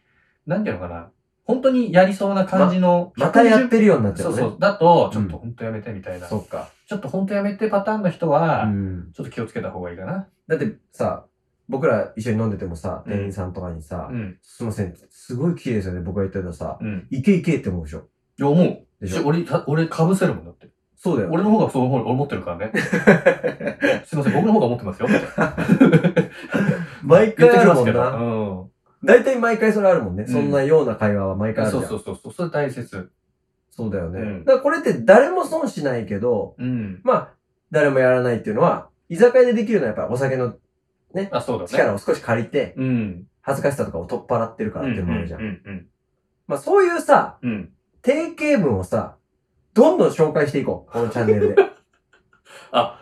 [SPEAKER 1] なんていうのかな。本当にやりそうな感じの。
[SPEAKER 2] またやっ
[SPEAKER 1] る
[SPEAKER 2] てるようになっちゃ
[SPEAKER 1] そうう
[SPEAKER 2] ね。
[SPEAKER 1] そう。だと、ち
[SPEAKER 2] う
[SPEAKER 1] ょ
[SPEAKER 2] ん
[SPEAKER 1] っと本当やめてみたいな。
[SPEAKER 2] そっか。
[SPEAKER 1] ちょっと本当やめてパターンの人は、
[SPEAKER 2] うん。
[SPEAKER 1] ちょっと気をつけた方がいいかな。
[SPEAKER 2] だってさ、僕ら一緒に飲んでてもさ、
[SPEAKER 1] うん
[SPEAKER 2] 店員さんとかにさ
[SPEAKER 1] う、ん。
[SPEAKER 2] すいません、すごい綺麗ですよね、僕が言ったらさ、
[SPEAKER 1] うん。
[SPEAKER 2] いけいけって思うでしょ。
[SPEAKER 1] いや、思う。
[SPEAKER 2] でし
[SPEAKER 1] し
[SPEAKER 2] ょ
[SPEAKER 1] 俺、た俺、かぶせるもんだって。
[SPEAKER 2] そうだよ。
[SPEAKER 1] 俺の方がそう思う、俺持ってる
[SPEAKER 2] [laughs]
[SPEAKER 1] からね。すいません、僕の方が持ってますよ。みたいな
[SPEAKER 2] 毎
[SPEAKER 1] 言っ
[SPEAKER 2] 回
[SPEAKER 1] て
[SPEAKER 2] あ
[SPEAKER 1] き
[SPEAKER 2] る
[SPEAKER 1] ます
[SPEAKER 2] もん
[SPEAKER 1] けど。
[SPEAKER 2] な。大体毎回それあるもんね。
[SPEAKER 1] うん
[SPEAKER 2] そんなような会話は毎
[SPEAKER 1] う
[SPEAKER 2] 回
[SPEAKER 1] ん。
[SPEAKER 2] ある
[SPEAKER 1] そ
[SPEAKER 2] じ
[SPEAKER 1] うそ
[SPEAKER 2] ゃん。
[SPEAKER 1] うそうそう。それ大切。
[SPEAKER 2] そうだよね。
[SPEAKER 1] うん
[SPEAKER 2] だからこれって誰も損しないけど、
[SPEAKER 1] うん。
[SPEAKER 2] まあ、誰もやらないっていうのは、居酒屋でできるのはやっぱりお酒の
[SPEAKER 1] あ、そうだね。
[SPEAKER 2] 力を少し借りて、
[SPEAKER 1] うん。
[SPEAKER 2] 恥ずかしさとかを取っ払ってるからっていうのもあるじゃ。
[SPEAKER 1] うんんうん
[SPEAKER 2] まあそういうさ、
[SPEAKER 1] うん。うん。
[SPEAKER 2] 定
[SPEAKER 1] [laughs]
[SPEAKER 2] 型文をさ、どんどん紹介していこう。このチャンネルで。
[SPEAKER 1] あ、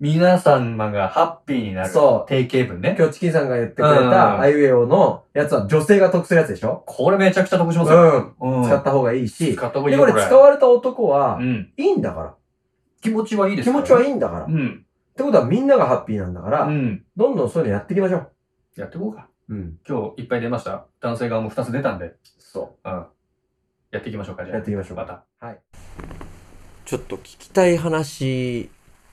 [SPEAKER 1] 皆様がハッピーになる。
[SPEAKER 2] そう。
[SPEAKER 1] 定型文ね。
[SPEAKER 2] 今日チキンさんが言ってくれ
[SPEAKER 1] うん
[SPEAKER 2] た、あいうえおのやつは女性が得するやつでしょ
[SPEAKER 1] これめちゃくちゃ得し
[SPEAKER 2] う
[SPEAKER 1] ますよ。
[SPEAKER 2] ん。
[SPEAKER 1] うん。
[SPEAKER 2] 使った方がいいし。
[SPEAKER 1] 使った方がい
[SPEAKER 2] で、
[SPEAKER 1] いよ
[SPEAKER 2] これ
[SPEAKER 1] これ。
[SPEAKER 2] 使われた男は
[SPEAKER 1] う、ん。
[SPEAKER 2] いいんだから。
[SPEAKER 1] 気持ちはいいで
[SPEAKER 2] 気
[SPEAKER 1] す
[SPEAKER 2] 持ちはい
[SPEAKER 1] い。
[SPEAKER 2] いんだから。っ
[SPEAKER 1] うん。
[SPEAKER 2] てことはみんながハッピーなんだか
[SPEAKER 1] う
[SPEAKER 2] ら、
[SPEAKER 1] ん。
[SPEAKER 2] どんどんそういうのやっていきましょう。
[SPEAKER 1] やっていこうか。
[SPEAKER 2] うん。
[SPEAKER 1] 今日いっぱい出ました。男性側も2つ出たんで。
[SPEAKER 2] そ
[SPEAKER 1] うん。やっていきましょうか、じ
[SPEAKER 2] う。
[SPEAKER 1] ゃあ。
[SPEAKER 2] やっていきましょう。
[SPEAKER 1] また。
[SPEAKER 2] はい。ちょっと聞きたい話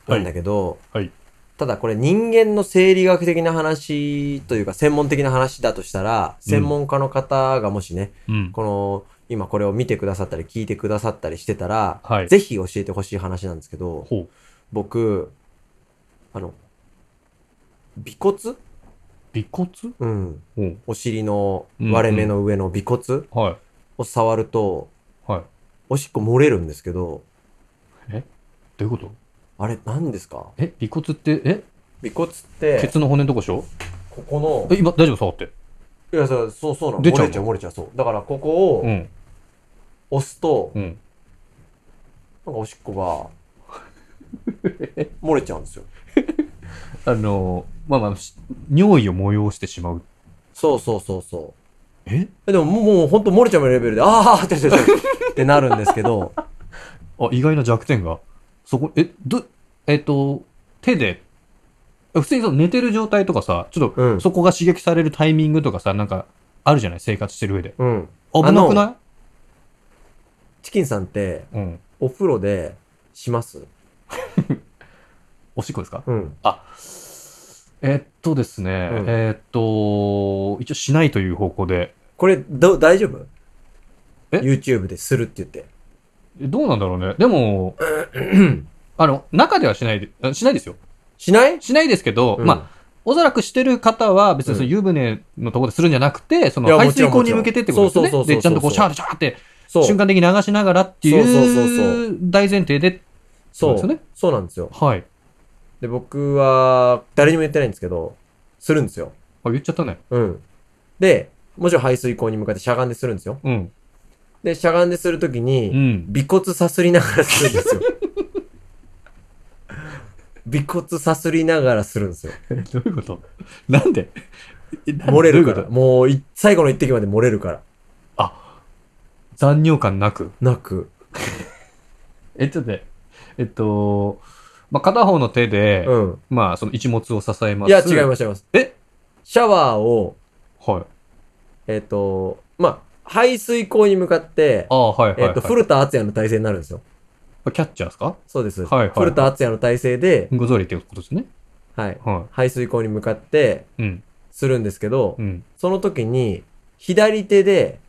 [SPEAKER 2] なんだけど、
[SPEAKER 1] はいはい
[SPEAKER 2] ただこれ人間の生理学的な話というか専門的な話だとしたら、専門家の方がもしね、
[SPEAKER 1] うん。
[SPEAKER 2] この今これを見てくださったり聞いてくださったりしてたら、
[SPEAKER 1] はい。
[SPEAKER 2] ぜひ教えてほしい話なんですけど、
[SPEAKER 1] ほう。
[SPEAKER 2] 僕、あの、尾骨
[SPEAKER 1] 尾骨
[SPEAKER 2] うん。
[SPEAKER 1] うん。
[SPEAKER 2] お尻の割れ目の上の尾骨
[SPEAKER 1] はい。
[SPEAKER 2] を触ると、
[SPEAKER 1] はい
[SPEAKER 2] おしっこ漏れるんですけど、
[SPEAKER 1] どういうこと
[SPEAKER 2] あれ何ですか
[SPEAKER 1] え、尾骨って、え、
[SPEAKER 2] 尾骨って、
[SPEAKER 1] の骨のとこでしょ
[SPEAKER 2] ここの、
[SPEAKER 1] え、今、大丈夫触って。
[SPEAKER 2] いや、そう、そうそうなの。
[SPEAKER 1] 出ちゃうの
[SPEAKER 2] 漏れちゃう、漏れちゃう、そう。だから、ここを
[SPEAKER 1] ん。
[SPEAKER 2] 押すと、
[SPEAKER 1] うん。
[SPEAKER 2] なんかおしっこ
[SPEAKER 1] [laughs]
[SPEAKER 2] が、漏れちゃうんですよ。
[SPEAKER 1] あのー、まあまあ、し尿意を催してしまう。
[SPEAKER 2] そうそうそうそう。
[SPEAKER 1] え
[SPEAKER 2] えでも、もう、もう、ほんと漏れちゃうレベルで、あーって、って、ってってなるんですけど、
[SPEAKER 1] あ、意外な弱点が。そこ、え、ど、えっ、と、手で、え普通にその寝てる状態とかさ、ちょっと、
[SPEAKER 2] うん。
[SPEAKER 1] そこが刺激されるタイミングとかさ、なんか、あるじゃない生活してる上で。
[SPEAKER 2] うん。
[SPEAKER 1] 危なくな
[SPEAKER 2] チキンさんって、
[SPEAKER 1] いうん。
[SPEAKER 2] お風呂で、します
[SPEAKER 1] おしっこですか
[SPEAKER 2] うん。
[SPEAKER 1] えっとですね、
[SPEAKER 2] うん
[SPEAKER 1] えっと、一応しないという方向で、
[SPEAKER 2] これ、ど、大丈夫
[SPEAKER 1] え
[SPEAKER 2] ?YouTube でするって言って。
[SPEAKER 1] えどうなんだろうね。で
[SPEAKER 2] [clears throat]
[SPEAKER 1] も、あの、中ではしないで、あしないですよ。
[SPEAKER 2] しない
[SPEAKER 1] しないですけど、
[SPEAKER 2] うん
[SPEAKER 1] まあ、おそらくしてる方は別にその
[SPEAKER 2] うん
[SPEAKER 1] 湯船のところでするんじゃなくて、そ
[SPEAKER 2] い
[SPEAKER 1] の
[SPEAKER 2] や
[SPEAKER 1] 排
[SPEAKER 2] もち
[SPEAKER 1] 水
[SPEAKER 2] ろ
[SPEAKER 1] 口
[SPEAKER 2] ん
[SPEAKER 1] に向けてってことですよ
[SPEAKER 2] も
[SPEAKER 1] ね。
[SPEAKER 2] ちろんそうそうそうそう
[SPEAKER 1] で、ちゃんとこうシャーシャーって
[SPEAKER 2] そう。
[SPEAKER 1] 瞬間的に流しながらってい
[SPEAKER 2] そうそうそう
[SPEAKER 1] う大前提で、
[SPEAKER 2] そ
[SPEAKER 1] そ
[SPEAKER 2] う。
[SPEAKER 1] うですよね
[SPEAKER 2] そうなんですよ。
[SPEAKER 1] はい。
[SPEAKER 2] で、僕は、誰にも言ってないんですけど、するんですよ。
[SPEAKER 1] あ、言っちゃったね。
[SPEAKER 2] うん。で、もちろん排水口に向かってしゃがんでするんですよ。
[SPEAKER 1] うん。
[SPEAKER 2] で、しゃがんでするとき
[SPEAKER 1] う
[SPEAKER 2] に、
[SPEAKER 1] ん。
[SPEAKER 2] 尾骨さすりながらするんですよ。尾骨さすりながらするんですよ。
[SPEAKER 1] [laughs] どういうこと [laughs] なんでえなんで
[SPEAKER 2] 漏れる
[SPEAKER 1] ど
[SPEAKER 2] か
[SPEAKER 1] ういう
[SPEAKER 2] ら。
[SPEAKER 1] こ
[SPEAKER 2] もうい、最後の一滴まで漏れるから。
[SPEAKER 1] と残尿感なく。
[SPEAKER 2] なく。
[SPEAKER 1] え、ちょっとね、えっと、まあ、片方の手で、
[SPEAKER 2] うん。
[SPEAKER 1] まあ、その一物を支えます。
[SPEAKER 2] いや、違います、違います。
[SPEAKER 1] え
[SPEAKER 2] シャワーを、
[SPEAKER 1] す。はい。
[SPEAKER 2] えっ、と、まあ、排水口に向かって、
[SPEAKER 1] ああ、はいはい、はい。
[SPEAKER 2] えっ、と、古田敦也の体勢になるんですよ。
[SPEAKER 1] キャッチャーですか
[SPEAKER 2] そうです。
[SPEAKER 1] はいはいはい
[SPEAKER 2] 古田敦也の体勢で、
[SPEAKER 1] ごぞりってことですね。
[SPEAKER 2] はい。
[SPEAKER 1] は
[SPEAKER 2] 排水口に向かって、
[SPEAKER 1] い。うん。
[SPEAKER 2] するんですけど、
[SPEAKER 1] うん。
[SPEAKER 2] その時に、左手で、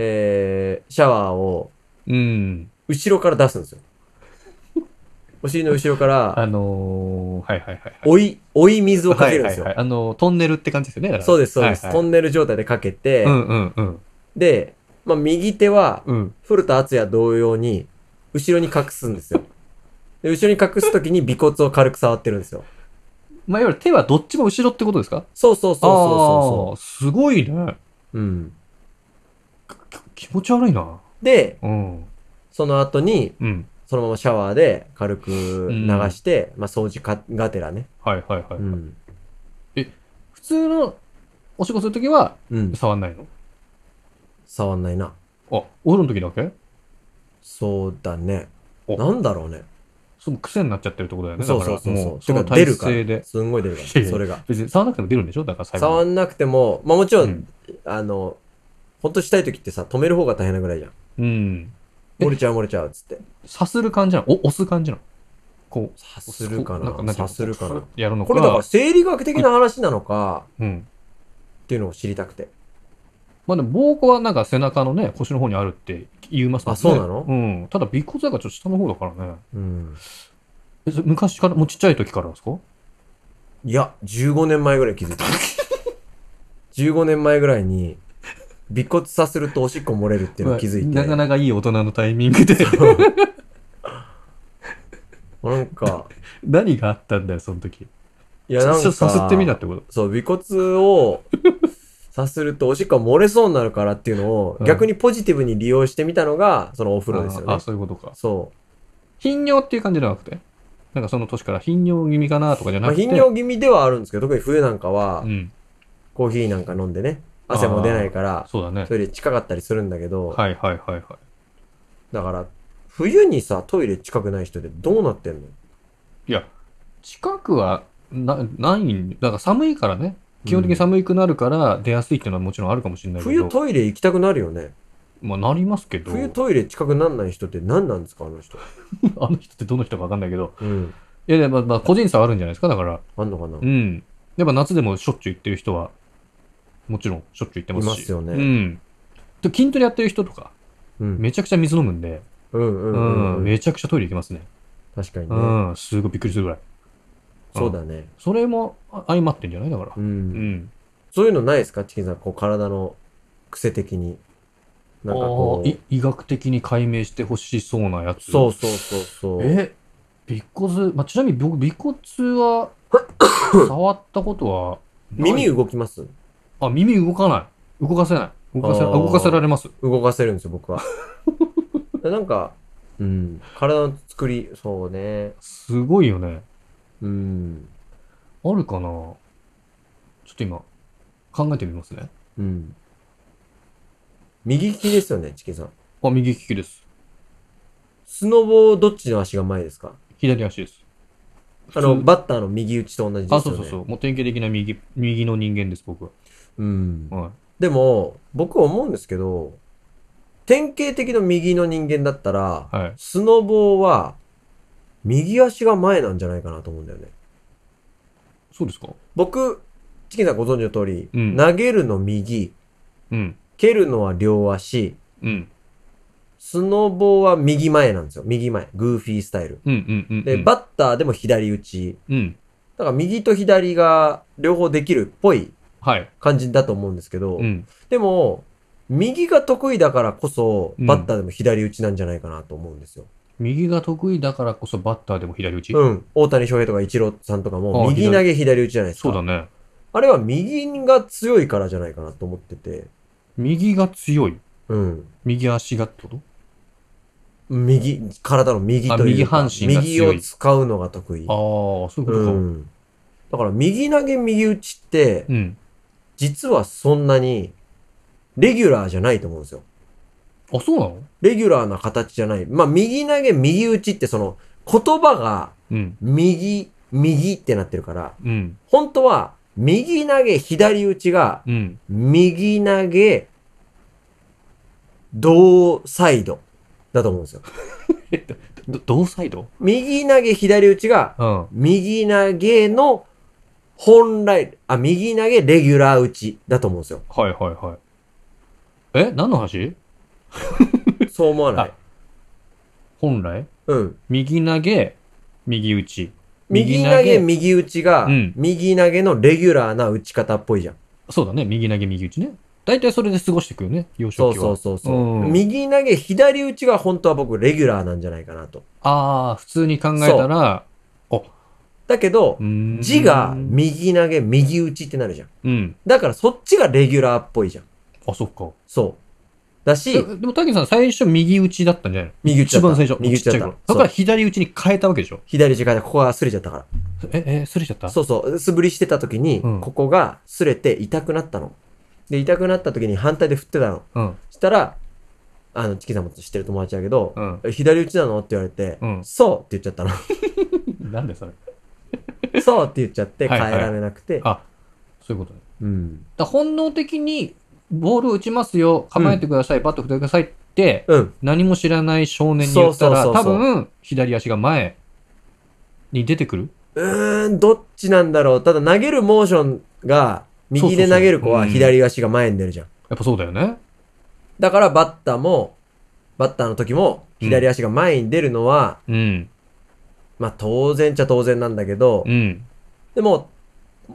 [SPEAKER 2] えー、シャワーを
[SPEAKER 1] うん。
[SPEAKER 2] 後ろから出すんですよ。お尻の後ろから、
[SPEAKER 1] あのー、はいはいはい、はい。
[SPEAKER 2] 追い、追い水をかけるんですよ。
[SPEAKER 1] はいはいはい、あのー、トンネルって感じですよね。だから
[SPEAKER 2] そうです、そうです、
[SPEAKER 1] はい
[SPEAKER 2] ト
[SPEAKER 1] はい
[SPEAKER 2] ンネル状態でかけて、
[SPEAKER 1] うんうんうん。
[SPEAKER 2] で、まあ、右手は、
[SPEAKER 1] うん。
[SPEAKER 2] 古田敦也同様に、後ろに隠すんですよ。で、後ろに隠す時に尾骨を軽く触ってるんですよ。
[SPEAKER 1] まあ、いわゆる手はどっちも後ろってことですか
[SPEAKER 2] そうそうそうそう
[SPEAKER 1] あーすごいね。
[SPEAKER 2] そう。うん。
[SPEAKER 1] 気持ち悪いな。
[SPEAKER 2] で、
[SPEAKER 1] うん。
[SPEAKER 2] その後に、
[SPEAKER 1] うん。
[SPEAKER 2] そのままシャワーで軽く流して、まあ掃除かがてらね。
[SPEAKER 1] はいはいはい。
[SPEAKER 2] うん。
[SPEAKER 1] 普通のお仕事するときは
[SPEAKER 2] うん。
[SPEAKER 1] 触んないの
[SPEAKER 2] 触んないな。
[SPEAKER 1] あ、お風呂の時だけ
[SPEAKER 2] そうだね。
[SPEAKER 1] お
[SPEAKER 2] なんだろうね。
[SPEAKER 1] その癖になっちゃってるってことだよね。
[SPEAKER 2] そうそうそ
[SPEAKER 1] だ
[SPEAKER 2] う
[SPEAKER 1] から
[SPEAKER 2] そ
[SPEAKER 1] も
[SPEAKER 2] う。
[SPEAKER 1] う、そ
[SPEAKER 2] て
[SPEAKER 1] の
[SPEAKER 2] か
[SPEAKER 1] 体
[SPEAKER 2] 出るか
[SPEAKER 1] 勢
[SPEAKER 2] ら。
[SPEAKER 1] で。
[SPEAKER 2] すんごい出る
[SPEAKER 1] い
[SPEAKER 2] か
[SPEAKER 1] やい
[SPEAKER 2] ら。
[SPEAKER 1] や
[SPEAKER 2] それが。
[SPEAKER 1] 別に触らなくても出るんでしょだから最後。
[SPEAKER 2] 触んなくても、まあもちろ、
[SPEAKER 1] うん
[SPEAKER 2] あの、ほんとしたい時ってさ、止める方が大変なぐらいじゃん。
[SPEAKER 1] うん。うん。え
[SPEAKER 2] 漏れちゃう漏れちゃうっつって。
[SPEAKER 1] さする感じなのお、押す感じなのこう。
[SPEAKER 2] さする
[SPEAKER 1] な
[SPEAKER 2] か
[SPEAKER 1] ん
[SPEAKER 2] な
[SPEAKER 1] ていう
[SPEAKER 2] さ
[SPEAKER 1] の
[SPEAKER 2] するか
[SPEAKER 1] こ
[SPEAKER 2] な
[SPEAKER 1] うやるのか。
[SPEAKER 2] これだから生理学的な話なのか、
[SPEAKER 1] うん。
[SPEAKER 2] っていうのを知りたくて。
[SPEAKER 1] まあでも、膀胱はなんか背中のね、腰の方にあるって言いますもんね。
[SPEAKER 2] あそうなの
[SPEAKER 1] うん。ただ、尾骨だからちょっと下の方だからね。
[SPEAKER 2] うん。
[SPEAKER 1] え、それ昔から、もうちっちゃい時からですか
[SPEAKER 2] いや、15年前ぐらい気づいた。15年前ぐらいに、尾骨さするとおしっこ漏れるっていうのを気づいて。
[SPEAKER 1] なかなかいい大人のタイミングで、
[SPEAKER 2] なんか、
[SPEAKER 1] [laughs] 何があったんだよ、その時。
[SPEAKER 2] いやな
[SPEAKER 1] ち
[SPEAKER 2] ん
[SPEAKER 1] ょ
[SPEAKER 2] か、
[SPEAKER 1] っとさすってみたってこと
[SPEAKER 2] そう、尾骨をさするとおしっこが漏れそうになるからっていうのを、
[SPEAKER 1] うん
[SPEAKER 2] 逆にポジティブに利用してみたのが、そのお風呂ですよ
[SPEAKER 1] あ
[SPEAKER 2] ね
[SPEAKER 1] あ、。そういうことか。
[SPEAKER 2] そ
[SPEAKER 1] 頻尿っていう感じじゃなくて
[SPEAKER 2] う。
[SPEAKER 1] なんかその年から頻尿気味かなとかじゃ
[SPEAKER 2] ま
[SPEAKER 1] な
[SPEAKER 2] あ、
[SPEAKER 1] くて。
[SPEAKER 2] 頻尿気味ではあるんですけど、特に冬なんかは
[SPEAKER 1] う、ん。
[SPEAKER 2] コーヒーなんか飲んでね、汗も出ないから、
[SPEAKER 1] そうだね。
[SPEAKER 2] トイレ近かったりするんだけど、
[SPEAKER 1] はいはいはいはい。
[SPEAKER 2] だから、冬にさ、トイレ近くない人ってどうなってんの
[SPEAKER 1] いや、近くはなないんだから寒いからね。基本的に寒くなるから出やすいっていうのはもちろんあるかもしれないけど。
[SPEAKER 2] 冬トイレ行きたくなるよね。
[SPEAKER 1] まあなりますけど。
[SPEAKER 2] 冬トイレ近くなんない人って何なんですか、あの人。
[SPEAKER 1] あの人ってどの人かわかんないけど。
[SPEAKER 2] うん。
[SPEAKER 1] いや、でもまあ個人差はあるんじゃないですか、だから。
[SPEAKER 2] あんのかな
[SPEAKER 1] うん。やっぱ夏でもしょっちゅう行ってる人は、もちろんしょっちゅう行ってますし。
[SPEAKER 2] いますよね
[SPEAKER 1] うん。で筋トレやってる人とか、
[SPEAKER 2] うん。
[SPEAKER 1] めちゃくちゃ水飲むんで、
[SPEAKER 2] うんう
[SPEAKER 1] うんん、
[SPEAKER 2] うんうん。
[SPEAKER 1] めちゃくちゃトイレ行きますね。
[SPEAKER 2] 確かに
[SPEAKER 1] う
[SPEAKER 2] ね。
[SPEAKER 1] ん、すごいびっくりするぐらい。
[SPEAKER 2] そうだね。
[SPEAKER 1] それもあ相まってんじゃないだからう
[SPEAKER 2] う。。
[SPEAKER 1] んん。
[SPEAKER 2] そういうのないですかチキンさん、こう体の癖的に。なんかこ
[SPEAKER 1] あーい医学的に解明してほしそうなや
[SPEAKER 2] う。
[SPEAKER 1] つ。
[SPEAKER 2] そうそうそうそう。
[SPEAKER 1] え、尾骨、まあ、ちなみに僕、尾骨
[SPEAKER 2] [coughs]
[SPEAKER 1] は、触ったことはない、
[SPEAKER 2] 耳動きます
[SPEAKER 1] あ、耳動かない。動かせない。動かせ、
[SPEAKER 2] あー
[SPEAKER 1] 動かせられます。
[SPEAKER 2] 動かせるんです
[SPEAKER 1] [laughs]
[SPEAKER 2] よ、僕は。なんか、うん。体の作り、そうね。
[SPEAKER 1] すごいよね。
[SPEAKER 2] うん。
[SPEAKER 1] あるかなちょっと今、考えてみますね。
[SPEAKER 2] うん。右利きですよね、チキンさん。
[SPEAKER 1] あ、右利きです。
[SPEAKER 2] スノボーどっちの足が前ですか
[SPEAKER 1] 左足です。
[SPEAKER 2] あの、
[SPEAKER 1] 普通
[SPEAKER 2] バッターの右打ちと同じですよね。
[SPEAKER 1] あ、そうそうそう。もう典型的な右、右の人間です、僕は。
[SPEAKER 2] う。うん。
[SPEAKER 1] はい。
[SPEAKER 2] でも、僕思うんですけど、典型的な右の人間だったら、
[SPEAKER 1] はい。
[SPEAKER 2] スノボーは、右足が前なんじゃないかなと思うんだよね。
[SPEAKER 1] そうですか
[SPEAKER 2] 僕、チキンさんご存知の通り、
[SPEAKER 1] うん
[SPEAKER 2] 投げるの右、
[SPEAKER 1] うん。
[SPEAKER 2] 蹴るのは両足、
[SPEAKER 1] うん。
[SPEAKER 2] スノボーは右前なんですよ。右前。グーフィースタイル。
[SPEAKER 1] うんうんうんうん。
[SPEAKER 2] で、バッターでも左打ち。
[SPEAKER 1] うん。
[SPEAKER 2] だから右と左が両方できるっぽい
[SPEAKER 1] はい。
[SPEAKER 2] 感じだと思うんですけど、
[SPEAKER 1] うん。
[SPEAKER 2] でも、右が得意だからこそ、
[SPEAKER 1] うん
[SPEAKER 2] バッターでも左打ちなんじゃないかなと思うんですよ。
[SPEAKER 1] 右が得意だからこそバッターでも左打ち、
[SPEAKER 2] うん。大谷翔平とかイチローさんとかも、
[SPEAKER 1] あ
[SPEAKER 2] 右投げ左打ちじゃないですか。
[SPEAKER 1] そうだね。
[SPEAKER 2] あれは右が強いからじゃないかなと思ってて、
[SPEAKER 1] 右が強い。
[SPEAKER 2] うん。
[SPEAKER 1] 右足がってこと
[SPEAKER 2] 右、体の右というか
[SPEAKER 1] あ右半身が強い
[SPEAKER 2] 右を使うのが得意。
[SPEAKER 1] ああ、そういうこと
[SPEAKER 2] う
[SPEAKER 1] か。うん。
[SPEAKER 2] ん。だから、右投げ右打ちって、実はそんなに、レギュラーじゃないと思うんですよ。
[SPEAKER 1] あ、そうなの
[SPEAKER 2] レギュラーな形じゃない。まあ、右投げ右打ちってその、言葉が、
[SPEAKER 1] うん。
[SPEAKER 2] 右、右ってなってるから、
[SPEAKER 1] うん。
[SPEAKER 2] 本当は、右投げ左打ちが、
[SPEAKER 1] うん。
[SPEAKER 2] 右投げ、同サイドだと思うんですよ。
[SPEAKER 1] ど、同サイド
[SPEAKER 2] 右投げ左打ちが、
[SPEAKER 1] うん。
[SPEAKER 2] 右投げの本来、あ、右投げレギュラー打ちだと思うんですよ。
[SPEAKER 1] はいはいはい。え何の話
[SPEAKER 2] そう思わない
[SPEAKER 1] あ。本来
[SPEAKER 2] うん。
[SPEAKER 1] 右投げ、右打ち。
[SPEAKER 2] 右投げ、右打ちが、
[SPEAKER 1] うん
[SPEAKER 2] 右投げのレギュラーな打ち方っぽいじゃん。
[SPEAKER 1] そうだね。右投げ、右打ちね。大体それで過ごしていくよね。幼少
[SPEAKER 2] そう
[SPEAKER 1] 期
[SPEAKER 2] そ
[SPEAKER 1] は。
[SPEAKER 2] うそうそう。
[SPEAKER 1] うん
[SPEAKER 2] 右投げ、左打ちが本当は僕、レギュラーなんじゃないかなと。
[SPEAKER 1] ああ、普通に考えたら、
[SPEAKER 2] だけど
[SPEAKER 1] う、ーん
[SPEAKER 2] 字が、右投げ、右打ちってなるじゃん。
[SPEAKER 1] うん。
[SPEAKER 2] だからそっちがレギュラーっぽいじゃん。
[SPEAKER 1] あ、そっか。
[SPEAKER 2] そう。だ
[SPEAKER 1] で
[SPEAKER 2] し、
[SPEAKER 1] でも、竹さん最初右打ちだったんじゃないの
[SPEAKER 2] 右打ちだ
[SPEAKER 1] 一
[SPEAKER 2] った。
[SPEAKER 1] 番最初。
[SPEAKER 2] 右打ちだっ
[SPEAKER 1] ちっちゃい
[SPEAKER 2] た
[SPEAKER 1] 頃。そこ
[SPEAKER 2] そ
[SPEAKER 1] か
[SPEAKER 2] う
[SPEAKER 1] ら左打ちに変えたわけでしょ
[SPEAKER 2] 左打ちがここが擦れちゃったから。
[SPEAKER 1] え、え、すれちゃった
[SPEAKER 2] そうそう。素振りしてた時に、
[SPEAKER 1] うん
[SPEAKER 2] ここが擦れて痛くなったの。で、痛くなった時に反対で振ってたの。
[SPEAKER 1] うん。
[SPEAKER 2] したら、あの、チキさんも知ってる友達だけど
[SPEAKER 1] う、ん。
[SPEAKER 2] え左打ちなのって言われて、
[SPEAKER 1] うん
[SPEAKER 2] そうって言っちゃっ
[SPEAKER 1] [laughs]
[SPEAKER 2] たの。
[SPEAKER 1] なんでそれ
[SPEAKER 2] そうって言っちゃって
[SPEAKER 1] はい
[SPEAKER 2] 変え
[SPEAKER 1] はい
[SPEAKER 2] られなくて。
[SPEAKER 1] あ、そういうことね。
[SPEAKER 2] うん。
[SPEAKER 1] だから本能的に、ボールを打ちますよ、構えてください、バット振ってくださいって、
[SPEAKER 2] うん。
[SPEAKER 1] 何も知らない少年に言ったら、
[SPEAKER 2] そうそうそうそう
[SPEAKER 1] 多分、左足が前に出てくる
[SPEAKER 2] うーん、どっちなんだろう。ただ投げるモーションが、右で投げる子は
[SPEAKER 1] そうそうそううん
[SPEAKER 2] 左足が前に出るじゃん。
[SPEAKER 1] やっぱそうだよね。
[SPEAKER 2] だからバッターも、バッターの時も、左足が前に出るのは、
[SPEAKER 1] うん。
[SPEAKER 2] まあ当然っちゃ当然なんだけど、
[SPEAKER 1] うん。
[SPEAKER 2] でも、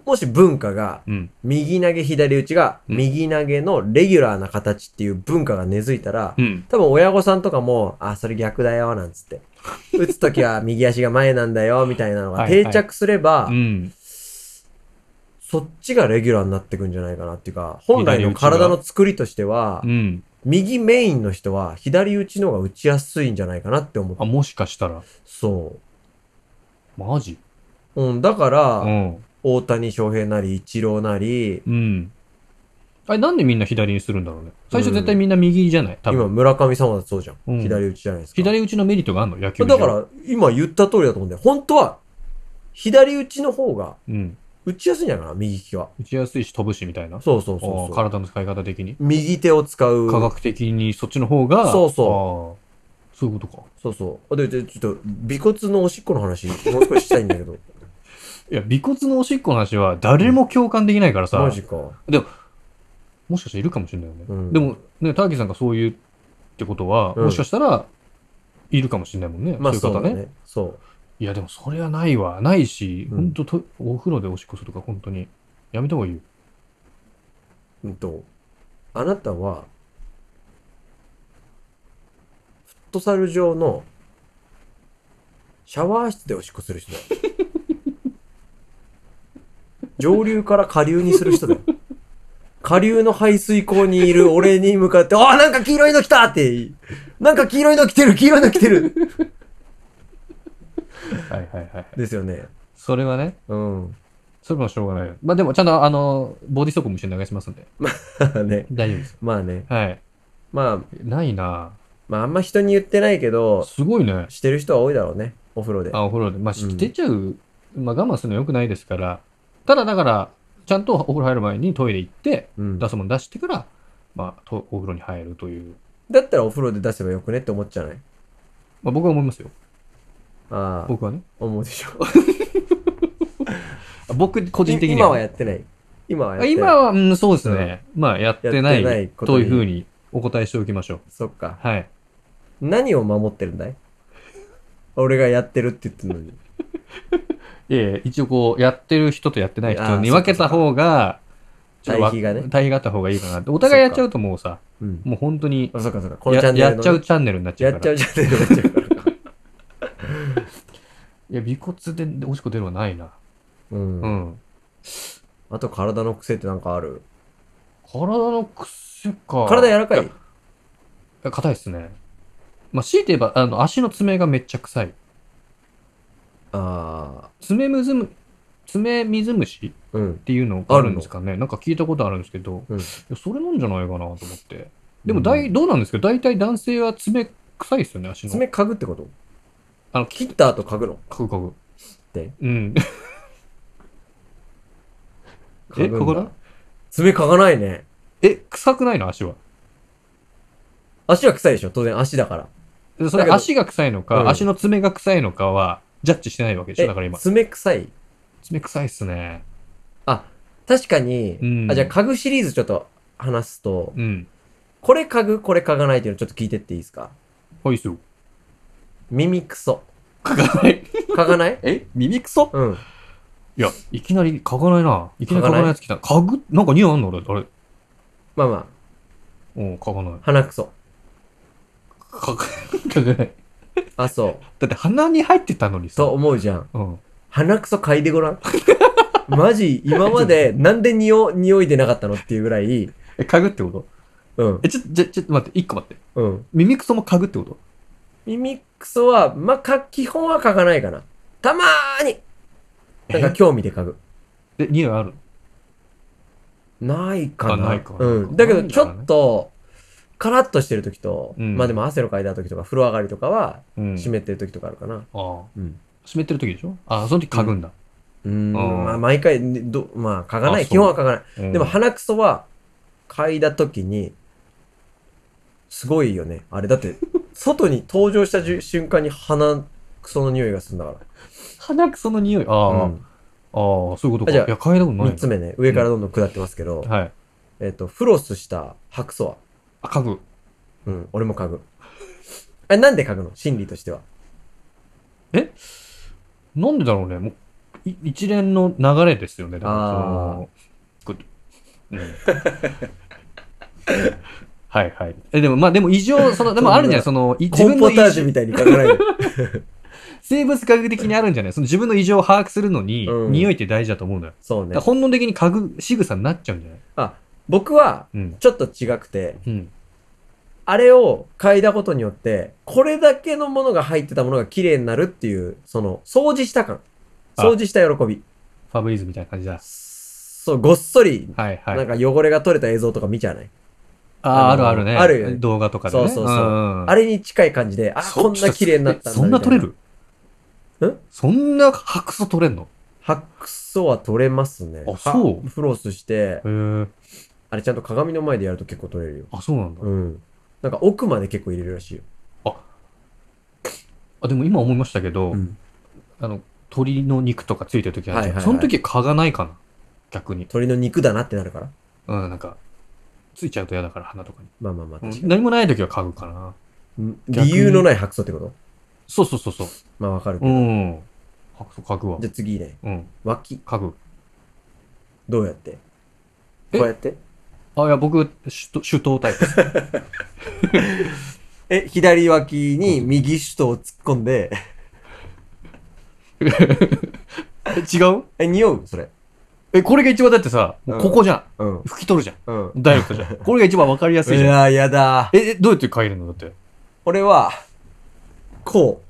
[SPEAKER 2] もし文化が、
[SPEAKER 1] うん。
[SPEAKER 2] 右投げ左打ちが、
[SPEAKER 1] うん
[SPEAKER 2] 右投げのレギュラーな形っていう文化が根付いたら、
[SPEAKER 1] うん。
[SPEAKER 2] 多分親御さんとかも、あ、それ逆だよ、なんつって。打つ時は右足が前なんだよ、みたいなのが
[SPEAKER 1] はいはい
[SPEAKER 2] 定着すれば、
[SPEAKER 1] うん。
[SPEAKER 2] そっちがレギュラーになってくんじゃないかなっていうか、本来
[SPEAKER 1] 左打
[SPEAKER 2] の
[SPEAKER 1] ちが
[SPEAKER 2] 体の作りとしては、
[SPEAKER 1] うん。
[SPEAKER 2] 右メインの人は左打ちの方が打ちやすいんじゃないかなって思っ
[SPEAKER 1] あ、
[SPEAKER 2] た。
[SPEAKER 1] もしかしたら。
[SPEAKER 2] そう。
[SPEAKER 1] マジ
[SPEAKER 2] うん、だから、
[SPEAKER 1] うん。
[SPEAKER 2] 大谷翔平なり、イチローなり、
[SPEAKER 1] うん。あれ、なんでみんな左にするんだろうね。最初絶対みんな右じゃない多
[SPEAKER 2] 今、
[SPEAKER 1] 分。
[SPEAKER 2] 村上さんはそうじゃん。
[SPEAKER 1] うん
[SPEAKER 2] 左打ちじゃないですか。
[SPEAKER 1] 左打ちのメリットがあるの野球
[SPEAKER 2] だか
[SPEAKER 1] 上、
[SPEAKER 2] ら、今言った通りだと思うんだよ。本当は、左打ちの方が、
[SPEAKER 1] うん。
[SPEAKER 2] 打ちやすいんじゃないかな、右利きは。
[SPEAKER 1] 打ちやすいし飛ぶしみたいな。
[SPEAKER 2] そうそうそ
[SPEAKER 1] あ
[SPEAKER 2] う
[SPEAKER 1] ー
[SPEAKER 2] そう。
[SPEAKER 1] 体の使い方的に。
[SPEAKER 2] 右手を使う。
[SPEAKER 1] 科学的にそっちの方が。
[SPEAKER 2] そう
[SPEAKER 1] そう。そういうことか。
[SPEAKER 2] そうそう。あで、でちょっと、尾骨のおしっこの話、もう少ししたいんだけど。
[SPEAKER 1] いや、尾骨のおしっこの話は誰も共感できないから [laughs] さ、
[SPEAKER 2] マジか。
[SPEAKER 1] もしかしたらいるかもしれないよね。
[SPEAKER 2] うん
[SPEAKER 1] でも、ね、ターキーさんがそう言うってことは、
[SPEAKER 2] うん
[SPEAKER 1] もしかしたら、いるかもしれないもんね。
[SPEAKER 2] まあ、
[SPEAKER 1] そ
[SPEAKER 2] そうう
[SPEAKER 1] いう
[SPEAKER 2] だ
[SPEAKER 1] 方ね。
[SPEAKER 2] ね。そう。
[SPEAKER 1] いや、でもそれはないわ。ないし、
[SPEAKER 2] うん
[SPEAKER 1] ほんとと、お風呂でおしっこするとか、本当に。やめた方がいいよ。
[SPEAKER 2] うんと、あなたは、フットサル上の、シャワー室でおしっこす
[SPEAKER 1] [laughs]
[SPEAKER 2] る人だよ。上流から下流にする人だよ。下流の排水溝にいる俺に向かって、ああ、なんか黄色いの来たって、なんか黄色いの来てる、黄色いの来てる
[SPEAKER 1] はいはい
[SPEAKER 2] [laughs]
[SPEAKER 1] はい。
[SPEAKER 2] ですよね。
[SPEAKER 1] それはね、
[SPEAKER 2] うん。
[SPEAKER 1] それもしょうがないよ。まあでも、ちゃんと、あの、ボディソープも一緒に流しますんで。
[SPEAKER 2] ね。
[SPEAKER 1] 大丈夫です。
[SPEAKER 2] まあね。
[SPEAKER 1] はい。
[SPEAKER 2] まあ、
[SPEAKER 1] ないな
[SPEAKER 2] まああんま人に言ってないけ
[SPEAKER 1] ぁ
[SPEAKER 2] ど、
[SPEAKER 1] すごいね。
[SPEAKER 2] してる人は多いだろうね。お風呂で。
[SPEAKER 1] あ、お風呂で。まあ、
[SPEAKER 2] うん
[SPEAKER 1] 出ちゃう、まあ我慢するの良くないですから、ただだから、ちゃんとお風呂入る前にトイレ行って、
[SPEAKER 2] うん。
[SPEAKER 1] 出すもの出してから、まあ、とお風呂に入るという。
[SPEAKER 2] だったらお風呂で出せばよくねって思っちゃうね。
[SPEAKER 1] まあ僕は思いますよ。
[SPEAKER 2] ああ、
[SPEAKER 1] 僕はね。
[SPEAKER 2] 思うでしょ。
[SPEAKER 1] あ僕、個人的に
[SPEAKER 2] 今はやってない。今はやっ
[SPEAKER 1] あ
[SPEAKER 2] てない。
[SPEAKER 1] 今は、うん、そうですね。まあ、やってな
[SPEAKER 2] やってないいことと
[SPEAKER 1] い
[SPEAKER 2] に
[SPEAKER 1] うふうにお答えしておきましょう。
[SPEAKER 2] そっか。
[SPEAKER 1] はい。
[SPEAKER 2] 何を守ってるんだい俺がやってるって言ってるのに。
[SPEAKER 1] ええ、一応こう、やってる人とやってない
[SPEAKER 2] あ
[SPEAKER 1] 人
[SPEAKER 2] ー
[SPEAKER 1] に分けた方が、ちょっとわ
[SPEAKER 2] 対比がね
[SPEAKER 1] 対比があった方がいいかなって。お互いやっちゃうともうさ、
[SPEAKER 2] うん。
[SPEAKER 1] もう本当に
[SPEAKER 2] あ、そっかそっか。このチャ
[SPEAKER 1] や、
[SPEAKER 2] ンネルの
[SPEAKER 1] やっちゃうチャンネルになっちゃ
[SPEAKER 2] や
[SPEAKER 1] うか
[SPEAKER 2] っ
[SPEAKER 1] ら
[SPEAKER 2] ちゃ。うチャンネルになっちゃうから。
[SPEAKER 1] いや、尾骨ででおしっこ出るはないな。
[SPEAKER 2] う。
[SPEAKER 1] うんん。
[SPEAKER 2] あと体の癖ってなんかある
[SPEAKER 1] 体の癖か。
[SPEAKER 2] 体柔らか
[SPEAKER 1] い
[SPEAKER 2] い
[SPEAKER 1] や硬いっすね。まあ、強いて言えば、あの、足の爪がめっちゃ臭い。
[SPEAKER 2] ああ、
[SPEAKER 1] 爪むずむ、爪水虫っ
[SPEAKER 2] うん。
[SPEAKER 1] ていうの
[SPEAKER 2] あ
[SPEAKER 1] あ
[SPEAKER 2] る
[SPEAKER 1] る
[SPEAKER 2] の
[SPEAKER 1] んですかね。なんか聞いたことあるんですけど、
[SPEAKER 2] うん
[SPEAKER 1] いやそれなんじゃないかなと思って。でも
[SPEAKER 2] う
[SPEAKER 1] 大、
[SPEAKER 2] ん
[SPEAKER 1] どうなんですけど、大体男性は爪臭いっすよね、足の。
[SPEAKER 2] 爪嗅ぐってこと
[SPEAKER 1] あの、
[SPEAKER 2] 切
[SPEAKER 1] 切っ
[SPEAKER 2] った後嗅ぐの
[SPEAKER 1] かくかく。
[SPEAKER 2] で [laughs]
[SPEAKER 1] うん。
[SPEAKER 2] 嗅ぐんだ
[SPEAKER 1] ここだ
[SPEAKER 2] 爪嗅がないね。
[SPEAKER 1] え、臭くないの足は。
[SPEAKER 2] 足は臭いでしょ当然足だから。
[SPEAKER 1] でそれ
[SPEAKER 2] だけど
[SPEAKER 1] 足が臭いのか、
[SPEAKER 2] うん
[SPEAKER 1] 足の爪が臭いのかは、ジャッジしてないわけでしょだから今。
[SPEAKER 2] 爪臭い
[SPEAKER 1] 爪臭いっすね。
[SPEAKER 2] あ、確かに、
[SPEAKER 1] うん
[SPEAKER 2] あ、じゃあ家具シリーズちょっと話すと、
[SPEAKER 1] うん。
[SPEAKER 2] これ家具、これ嗅がないっていうのちょっと聞いてっていいですか
[SPEAKER 1] はいっすよ。
[SPEAKER 2] 耳クソ。
[SPEAKER 1] 嗅がない。
[SPEAKER 2] 嗅がない
[SPEAKER 1] え耳くそ
[SPEAKER 2] うん。
[SPEAKER 1] いや、いきなり嗅がないな。いきなり嗅
[SPEAKER 2] 嗅が
[SPEAKER 1] がな
[SPEAKER 2] な
[SPEAKER 1] いいやつ来た。嗅ぐなんか匂いあんの俺、あれ。
[SPEAKER 2] まあまあ、
[SPEAKER 1] うん、嗅がない。
[SPEAKER 2] 鼻クソ。
[SPEAKER 1] 嗅が嗅がない。
[SPEAKER 2] あ、そう。
[SPEAKER 1] だって鼻に入ってたのにさ。
[SPEAKER 2] と思うじゃん。
[SPEAKER 1] うん。
[SPEAKER 2] 鼻クソ嗅いでごらん。マジ、今までなんで匂い、匂いでなかったのっていうぐらい、
[SPEAKER 1] え、嗅ぐってこと
[SPEAKER 2] うん、
[SPEAKER 1] え、ちょ、ちょ、ちょっと待って、一個待って。
[SPEAKER 2] うん。
[SPEAKER 1] 耳くそも嗅ぐってこと
[SPEAKER 2] 耳クソは、まあ、か、基本は嗅がないかな。たまーになんか興味で嗅ぐ。
[SPEAKER 1] え、匂いある
[SPEAKER 2] ないか
[SPEAKER 1] あ
[SPEAKER 2] な。
[SPEAKER 1] ないか
[SPEAKER 2] うん。だけど、
[SPEAKER 1] ないん
[SPEAKER 2] ち
[SPEAKER 1] だ
[SPEAKER 2] ょ
[SPEAKER 1] ね
[SPEAKER 2] っと、カラッとしてる時と、
[SPEAKER 1] うん
[SPEAKER 2] まあでも汗のかいた時とか、風呂上がりとかは、
[SPEAKER 1] うん。
[SPEAKER 2] 湿ってる時とかあるかな。
[SPEAKER 1] ああ。
[SPEAKER 2] うん。
[SPEAKER 1] 湿ってる時でしょああ、その時嗅ぐんだ。
[SPEAKER 2] うーん。
[SPEAKER 1] あー
[SPEAKER 2] まあ、毎回、ねど、まあ、嗅がな
[SPEAKER 1] あ
[SPEAKER 2] い。
[SPEAKER 1] そう
[SPEAKER 2] 基本は嗅がない。
[SPEAKER 1] うん
[SPEAKER 2] でも、鼻くそは、嗅いだ時に、すごいよね。あれ、
[SPEAKER 1] [laughs]
[SPEAKER 2] だって、外に登場したじゅ瞬間に鼻くその匂いがするんだか
[SPEAKER 1] 鼻くその匂い。ああ、
[SPEAKER 2] ら。う
[SPEAKER 1] あ
[SPEAKER 2] ん。
[SPEAKER 1] あ、そういうことか。
[SPEAKER 2] あじ
[SPEAKER 1] い
[SPEAKER 2] ゃあ
[SPEAKER 1] や、嗅いだことないな。
[SPEAKER 2] 三つ目ね。上からどんどん下ってますけど、
[SPEAKER 1] はい。
[SPEAKER 2] えっと、フロスした白素は、
[SPEAKER 1] あ、嗅ぐ。
[SPEAKER 2] うん、俺も嗅ぐ。え、なんで嗅ぐの心理としては。
[SPEAKER 1] なんでだろうね。もう、い一連の流れですよね。だからそのこううん [laughs] はいはい。え、でも、まあ、でも異常、その、でもあるんじゃないその、い自
[SPEAKER 2] コーン
[SPEAKER 1] 分
[SPEAKER 2] ポ
[SPEAKER 1] の異
[SPEAKER 2] タージュ
[SPEAKER 1] 常、
[SPEAKER 2] みたいに嗅が [laughs] ない。
[SPEAKER 1] 生物科学的にあるんじゃないその自分の異常を把握するのに、
[SPEAKER 2] うん
[SPEAKER 1] 匂いって大事だと思うんだよ。
[SPEAKER 2] そう
[SPEAKER 1] だ
[SPEAKER 2] ね
[SPEAKER 1] から。本能的に嗅ぐ仕草になっちゃうんじゃない
[SPEAKER 2] 僕は、
[SPEAKER 1] うん。
[SPEAKER 2] ちょっと違くて、
[SPEAKER 1] うん。
[SPEAKER 2] あれを嗅いだことによって、これだけのものが入ってたものが綺麗になるっていう、その、掃除した感。
[SPEAKER 1] あ
[SPEAKER 2] 掃除した喜び。
[SPEAKER 1] ファブリーズみたいな感じだ。
[SPEAKER 2] そう、ごっそり、
[SPEAKER 1] はいはい。
[SPEAKER 2] なんか汚れが取れた映像とか見ちゃわない、
[SPEAKER 1] ああ、
[SPEAKER 2] あ
[SPEAKER 1] あ
[SPEAKER 2] の
[SPEAKER 1] るあるね。
[SPEAKER 2] あるよね
[SPEAKER 1] 動画とかでね。
[SPEAKER 2] そうそうそうん
[SPEAKER 1] ん
[SPEAKER 2] あれに近い感じで、あ、
[SPEAKER 1] そ
[SPEAKER 2] こんな綺麗になったんだ
[SPEAKER 1] えそんな取れ
[SPEAKER 2] み
[SPEAKER 1] る
[SPEAKER 2] え
[SPEAKER 1] そんな白素取れんの
[SPEAKER 2] たいな白素は取れますね。
[SPEAKER 1] あそう
[SPEAKER 2] はフロスして、
[SPEAKER 1] へえ。
[SPEAKER 2] あれちゃんと鏡の前でやると結構取れるよ。
[SPEAKER 1] あ、そうなんだ。
[SPEAKER 2] うん。なんか奥まで結構入れるらしいよ。
[SPEAKER 1] あ、でも今思いましたけど、
[SPEAKER 2] ん。
[SPEAKER 1] あの、鳥の肉とかついてる時あるじゃん
[SPEAKER 2] はいはいはい
[SPEAKER 1] その時蚊がないかな逆に。
[SPEAKER 2] 鳥の肉だなってなるから。
[SPEAKER 1] うん、なんか、ついちゃうと嫌だから、鼻とかに。
[SPEAKER 2] まあまあまあ、
[SPEAKER 1] う
[SPEAKER 2] 確
[SPEAKER 1] ん
[SPEAKER 2] か
[SPEAKER 1] 何もない時は嗅ぐかな。
[SPEAKER 2] に。
[SPEAKER 1] 逆に
[SPEAKER 2] 理由のない白素ってこと
[SPEAKER 1] そうそうそうそう。
[SPEAKER 2] まあわかるけ
[SPEAKER 1] う
[SPEAKER 2] ど。
[SPEAKER 1] ん。白素嗅ぐわ
[SPEAKER 2] じ。ゃあ次ね。
[SPEAKER 1] うん。
[SPEAKER 2] 脇。
[SPEAKER 1] 嗅ぐ。
[SPEAKER 2] どうやって
[SPEAKER 1] え
[SPEAKER 2] こうやって
[SPEAKER 1] あ、いや、僕、手手刀タイプです。
[SPEAKER 2] え、左脇に右手とを突っ込んで、 [laughs]
[SPEAKER 1] え [laughs] 違う
[SPEAKER 2] え、匂うそれ。
[SPEAKER 1] え、これが一番だってさ、もうここじゃん。
[SPEAKER 2] うん。
[SPEAKER 1] 拭き取るじゃん。
[SPEAKER 2] うん。
[SPEAKER 1] ダイレクトじゃん。これが一番わかりや
[SPEAKER 2] い
[SPEAKER 1] すいじゃん。
[SPEAKER 2] やー、やだー。
[SPEAKER 1] え、えどうやって嗅いでんのだって。
[SPEAKER 2] 俺は、こ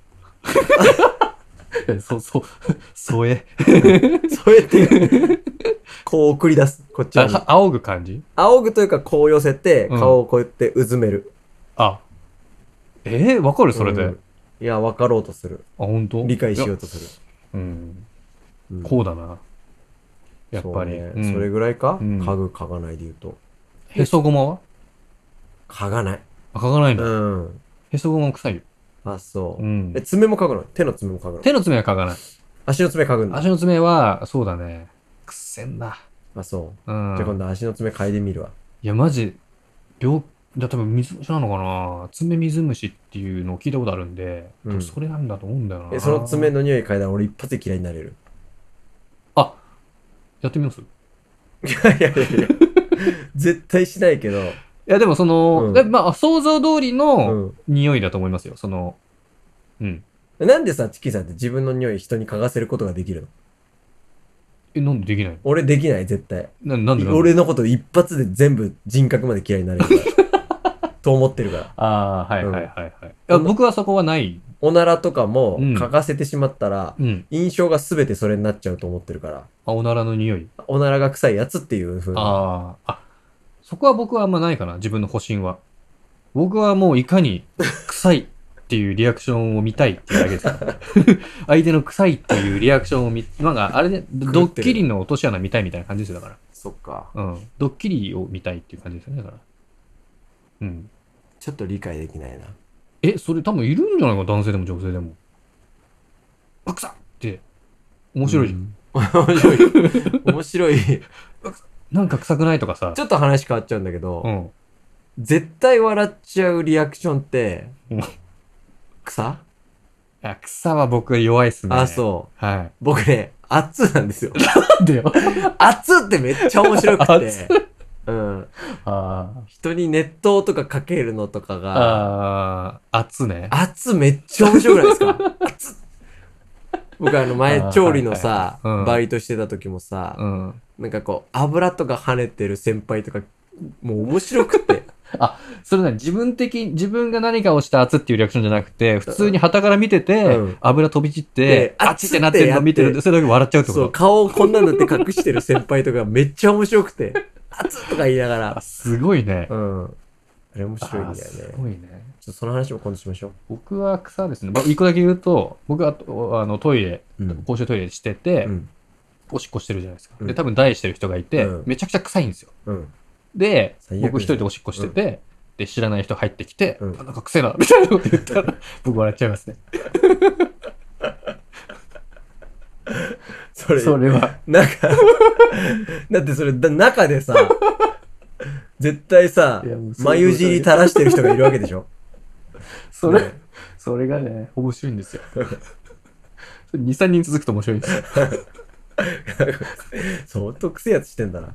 [SPEAKER 1] えそうそう。 [laughs] 添え。
[SPEAKER 2] う。そうやって、 [laughs] こう送り出す。こっち
[SPEAKER 1] あ、
[SPEAKER 2] に
[SPEAKER 1] は。仰ぐ感じ
[SPEAKER 2] 仰ぐというか、こう寄せて、
[SPEAKER 1] うん
[SPEAKER 2] 顔をこうやってうずめる。
[SPEAKER 1] あ。えー、わかるそれで。
[SPEAKER 2] う
[SPEAKER 1] あ
[SPEAKER 2] ん、いや、分かろうとする。
[SPEAKER 1] 本当
[SPEAKER 2] 理解しよ
[SPEAKER 1] う。
[SPEAKER 2] うとする。
[SPEAKER 1] うん。
[SPEAKER 2] うん
[SPEAKER 1] こうだな。やっぱり。
[SPEAKER 2] そうね
[SPEAKER 1] うん
[SPEAKER 2] それぐらいか、
[SPEAKER 1] うん
[SPEAKER 2] 嗅ぐ、嗅がないで言うと。
[SPEAKER 1] へそごまは
[SPEAKER 2] 嗅がない。
[SPEAKER 1] あ、嗅がないんだ。
[SPEAKER 2] うん。
[SPEAKER 1] へそごまも臭いよ。
[SPEAKER 2] あ、そうう。
[SPEAKER 1] ん
[SPEAKER 2] え、。爪も嗅ぐの手の爪も嗅ぐの
[SPEAKER 1] 手の爪は嗅がない。
[SPEAKER 2] 足の爪嗅ぐんだ。
[SPEAKER 1] 足の爪は、そうだね。くっせんな。
[SPEAKER 2] あ、そう。
[SPEAKER 1] うん。
[SPEAKER 2] じゃあ今度足の爪嗅いでみるわ。
[SPEAKER 1] いや、マジ、病、だ多分水虫なのかな爪水虫っていうのを聞いたことあるんで、
[SPEAKER 2] うん
[SPEAKER 1] それなんだと思うんだよな。
[SPEAKER 2] え、その爪の匂い嗅いだら俺一発で嫌いにな
[SPEAKER 1] [laughs]
[SPEAKER 2] れる。
[SPEAKER 1] あ、やってみますい
[SPEAKER 2] いやいやいやいや。絶対しないけど。
[SPEAKER 1] や、でもその、
[SPEAKER 2] うん
[SPEAKER 1] まあ、想像通り
[SPEAKER 2] う
[SPEAKER 1] の
[SPEAKER 2] ん。
[SPEAKER 1] 匂いだと思いますよ。その、うん。
[SPEAKER 2] なんでさ、チキさんって自分の匂い人に嗅がせることができるの
[SPEAKER 1] え、なんでできない
[SPEAKER 2] 俺できない、絶対。
[SPEAKER 1] のななんでなんで
[SPEAKER 2] 俺のこと一発で全部人格まで嫌いになれる
[SPEAKER 1] [laughs]
[SPEAKER 2] から。と思ってるから。
[SPEAKER 1] ああ、はいはいはいはい。いや
[SPEAKER 2] うん
[SPEAKER 1] 僕はそこはない。
[SPEAKER 2] おならとかも
[SPEAKER 1] うん
[SPEAKER 2] 嗅がせてしまったら、
[SPEAKER 1] うん。
[SPEAKER 2] 印象が全てそれになっちゃうと思ってるから、
[SPEAKER 1] あ、おならの匂い。
[SPEAKER 2] おならが臭いやつっていう風な。
[SPEAKER 1] ああ、あ、そこは僕はあんまないかな。自分の保身は。僕はもういかに臭いっていうリアクションを見たいっていうだけです
[SPEAKER 2] [laughs]
[SPEAKER 1] から。相手の臭いっていうリアクションを見、なんかあれで、
[SPEAKER 2] る
[SPEAKER 1] ドッキリの落とし穴見たいみたいな感じですよ、だか
[SPEAKER 2] そっか。
[SPEAKER 1] ら。うん。ドッキリを見たいっていう感じですよね、だから。うん。
[SPEAKER 2] ちょっと理解できないな。
[SPEAKER 1] え、それ多分いるんじゃないか、男性でも女性でも。あ、臭っって、面白いじゃん。
[SPEAKER 2] ん。面
[SPEAKER 1] [laughs]
[SPEAKER 2] 白い。面白い。ち
[SPEAKER 1] なんか臭くないとかさ。
[SPEAKER 2] ょっと話変わっちゃうんだけど、
[SPEAKER 1] うん。
[SPEAKER 2] 絶対笑っちゃうリアクションって
[SPEAKER 1] うん、
[SPEAKER 2] 草
[SPEAKER 1] いや、草は僕弱いっすね。
[SPEAKER 2] あ、そ
[SPEAKER 1] う。
[SPEAKER 2] う。
[SPEAKER 1] はい。
[SPEAKER 2] 僕ね、熱なんですよ。
[SPEAKER 1] なんでよ。
[SPEAKER 2] 熱ってめっちゃ面白くて。うん。
[SPEAKER 1] ああ。
[SPEAKER 2] 人に熱湯とかかけるのとかが、
[SPEAKER 1] ああ、熱ね。
[SPEAKER 2] 熱めっちゃ面白くないですか熱僕あの
[SPEAKER 1] あー
[SPEAKER 2] 前調理のさ、
[SPEAKER 1] はいはいうん
[SPEAKER 2] バイトしてた時もさ、
[SPEAKER 1] うん。
[SPEAKER 2] なんかこう油とか跳ねてる先輩とかもう面白くて
[SPEAKER 1] それね、自分的、自分が何かをして熱っていうリアクションじゃなくて、普通に旗から見てて、
[SPEAKER 2] うん
[SPEAKER 1] 油飛び散って
[SPEAKER 2] で、
[SPEAKER 1] あっちってなってるの見てるんで、それだけ笑っちゃうってこ
[SPEAKER 2] そう
[SPEAKER 1] と
[SPEAKER 2] 顔をこんなんだって隠してる先輩とかめっちゃ面白くて [laughs] 熱とか言いなが
[SPEAKER 1] あ、
[SPEAKER 2] ら
[SPEAKER 1] すごいね。
[SPEAKER 2] うんあれ面白い
[SPEAKER 1] あ
[SPEAKER 2] んだよね
[SPEAKER 1] すごいね。
[SPEAKER 2] ちょっとその話も今度しましょ
[SPEAKER 1] 僕は草ですね。僕一個だけ言うと、僕はあのトイレ、
[SPEAKER 2] ううん
[SPEAKER 1] 公衆トイレしてて、
[SPEAKER 2] うん
[SPEAKER 1] おしっこしてるじゃないですか。
[SPEAKER 2] うん
[SPEAKER 1] で、多分台してる人がいて、
[SPEAKER 2] うん
[SPEAKER 1] めちゃくちゃ臭いんですよ。
[SPEAKER 2] うん
[SPEAKER 1] で
[SPEAKER 2] 最、悪
[SPEAKER 1] 僕一人でおしっこしてて、で、知らない人入ってきて、
[SPEAKER 2] うん
[SPEAKER 1] あなんか臭いな、みたいなこと言った
[SPEAKER 2] [laughs]
[SPEAKER 1] ら、僕笑っちゃいますね。
[SPEAKER 2] それ
[SPEAKER 1] それは。
[SPEAKER 2] なんか [laughs] だってそれだ中でさ絶対さ
[SPEAKER 1] いやもうそう
[SPEAKER 2] 眉尻垂らしてる人がいるわけでしょ [laughs]
[SPEAKER 1] それ、
[SPEAKER 2] ね
[SPEAKER 1] それがね、面白いん
[SPEAKER 2] [laughs]
[SPEAKER 1] ですよ。2、3人続くと面白いんですよ。
[SPEAKER 2] 相当くせえやつしてんだな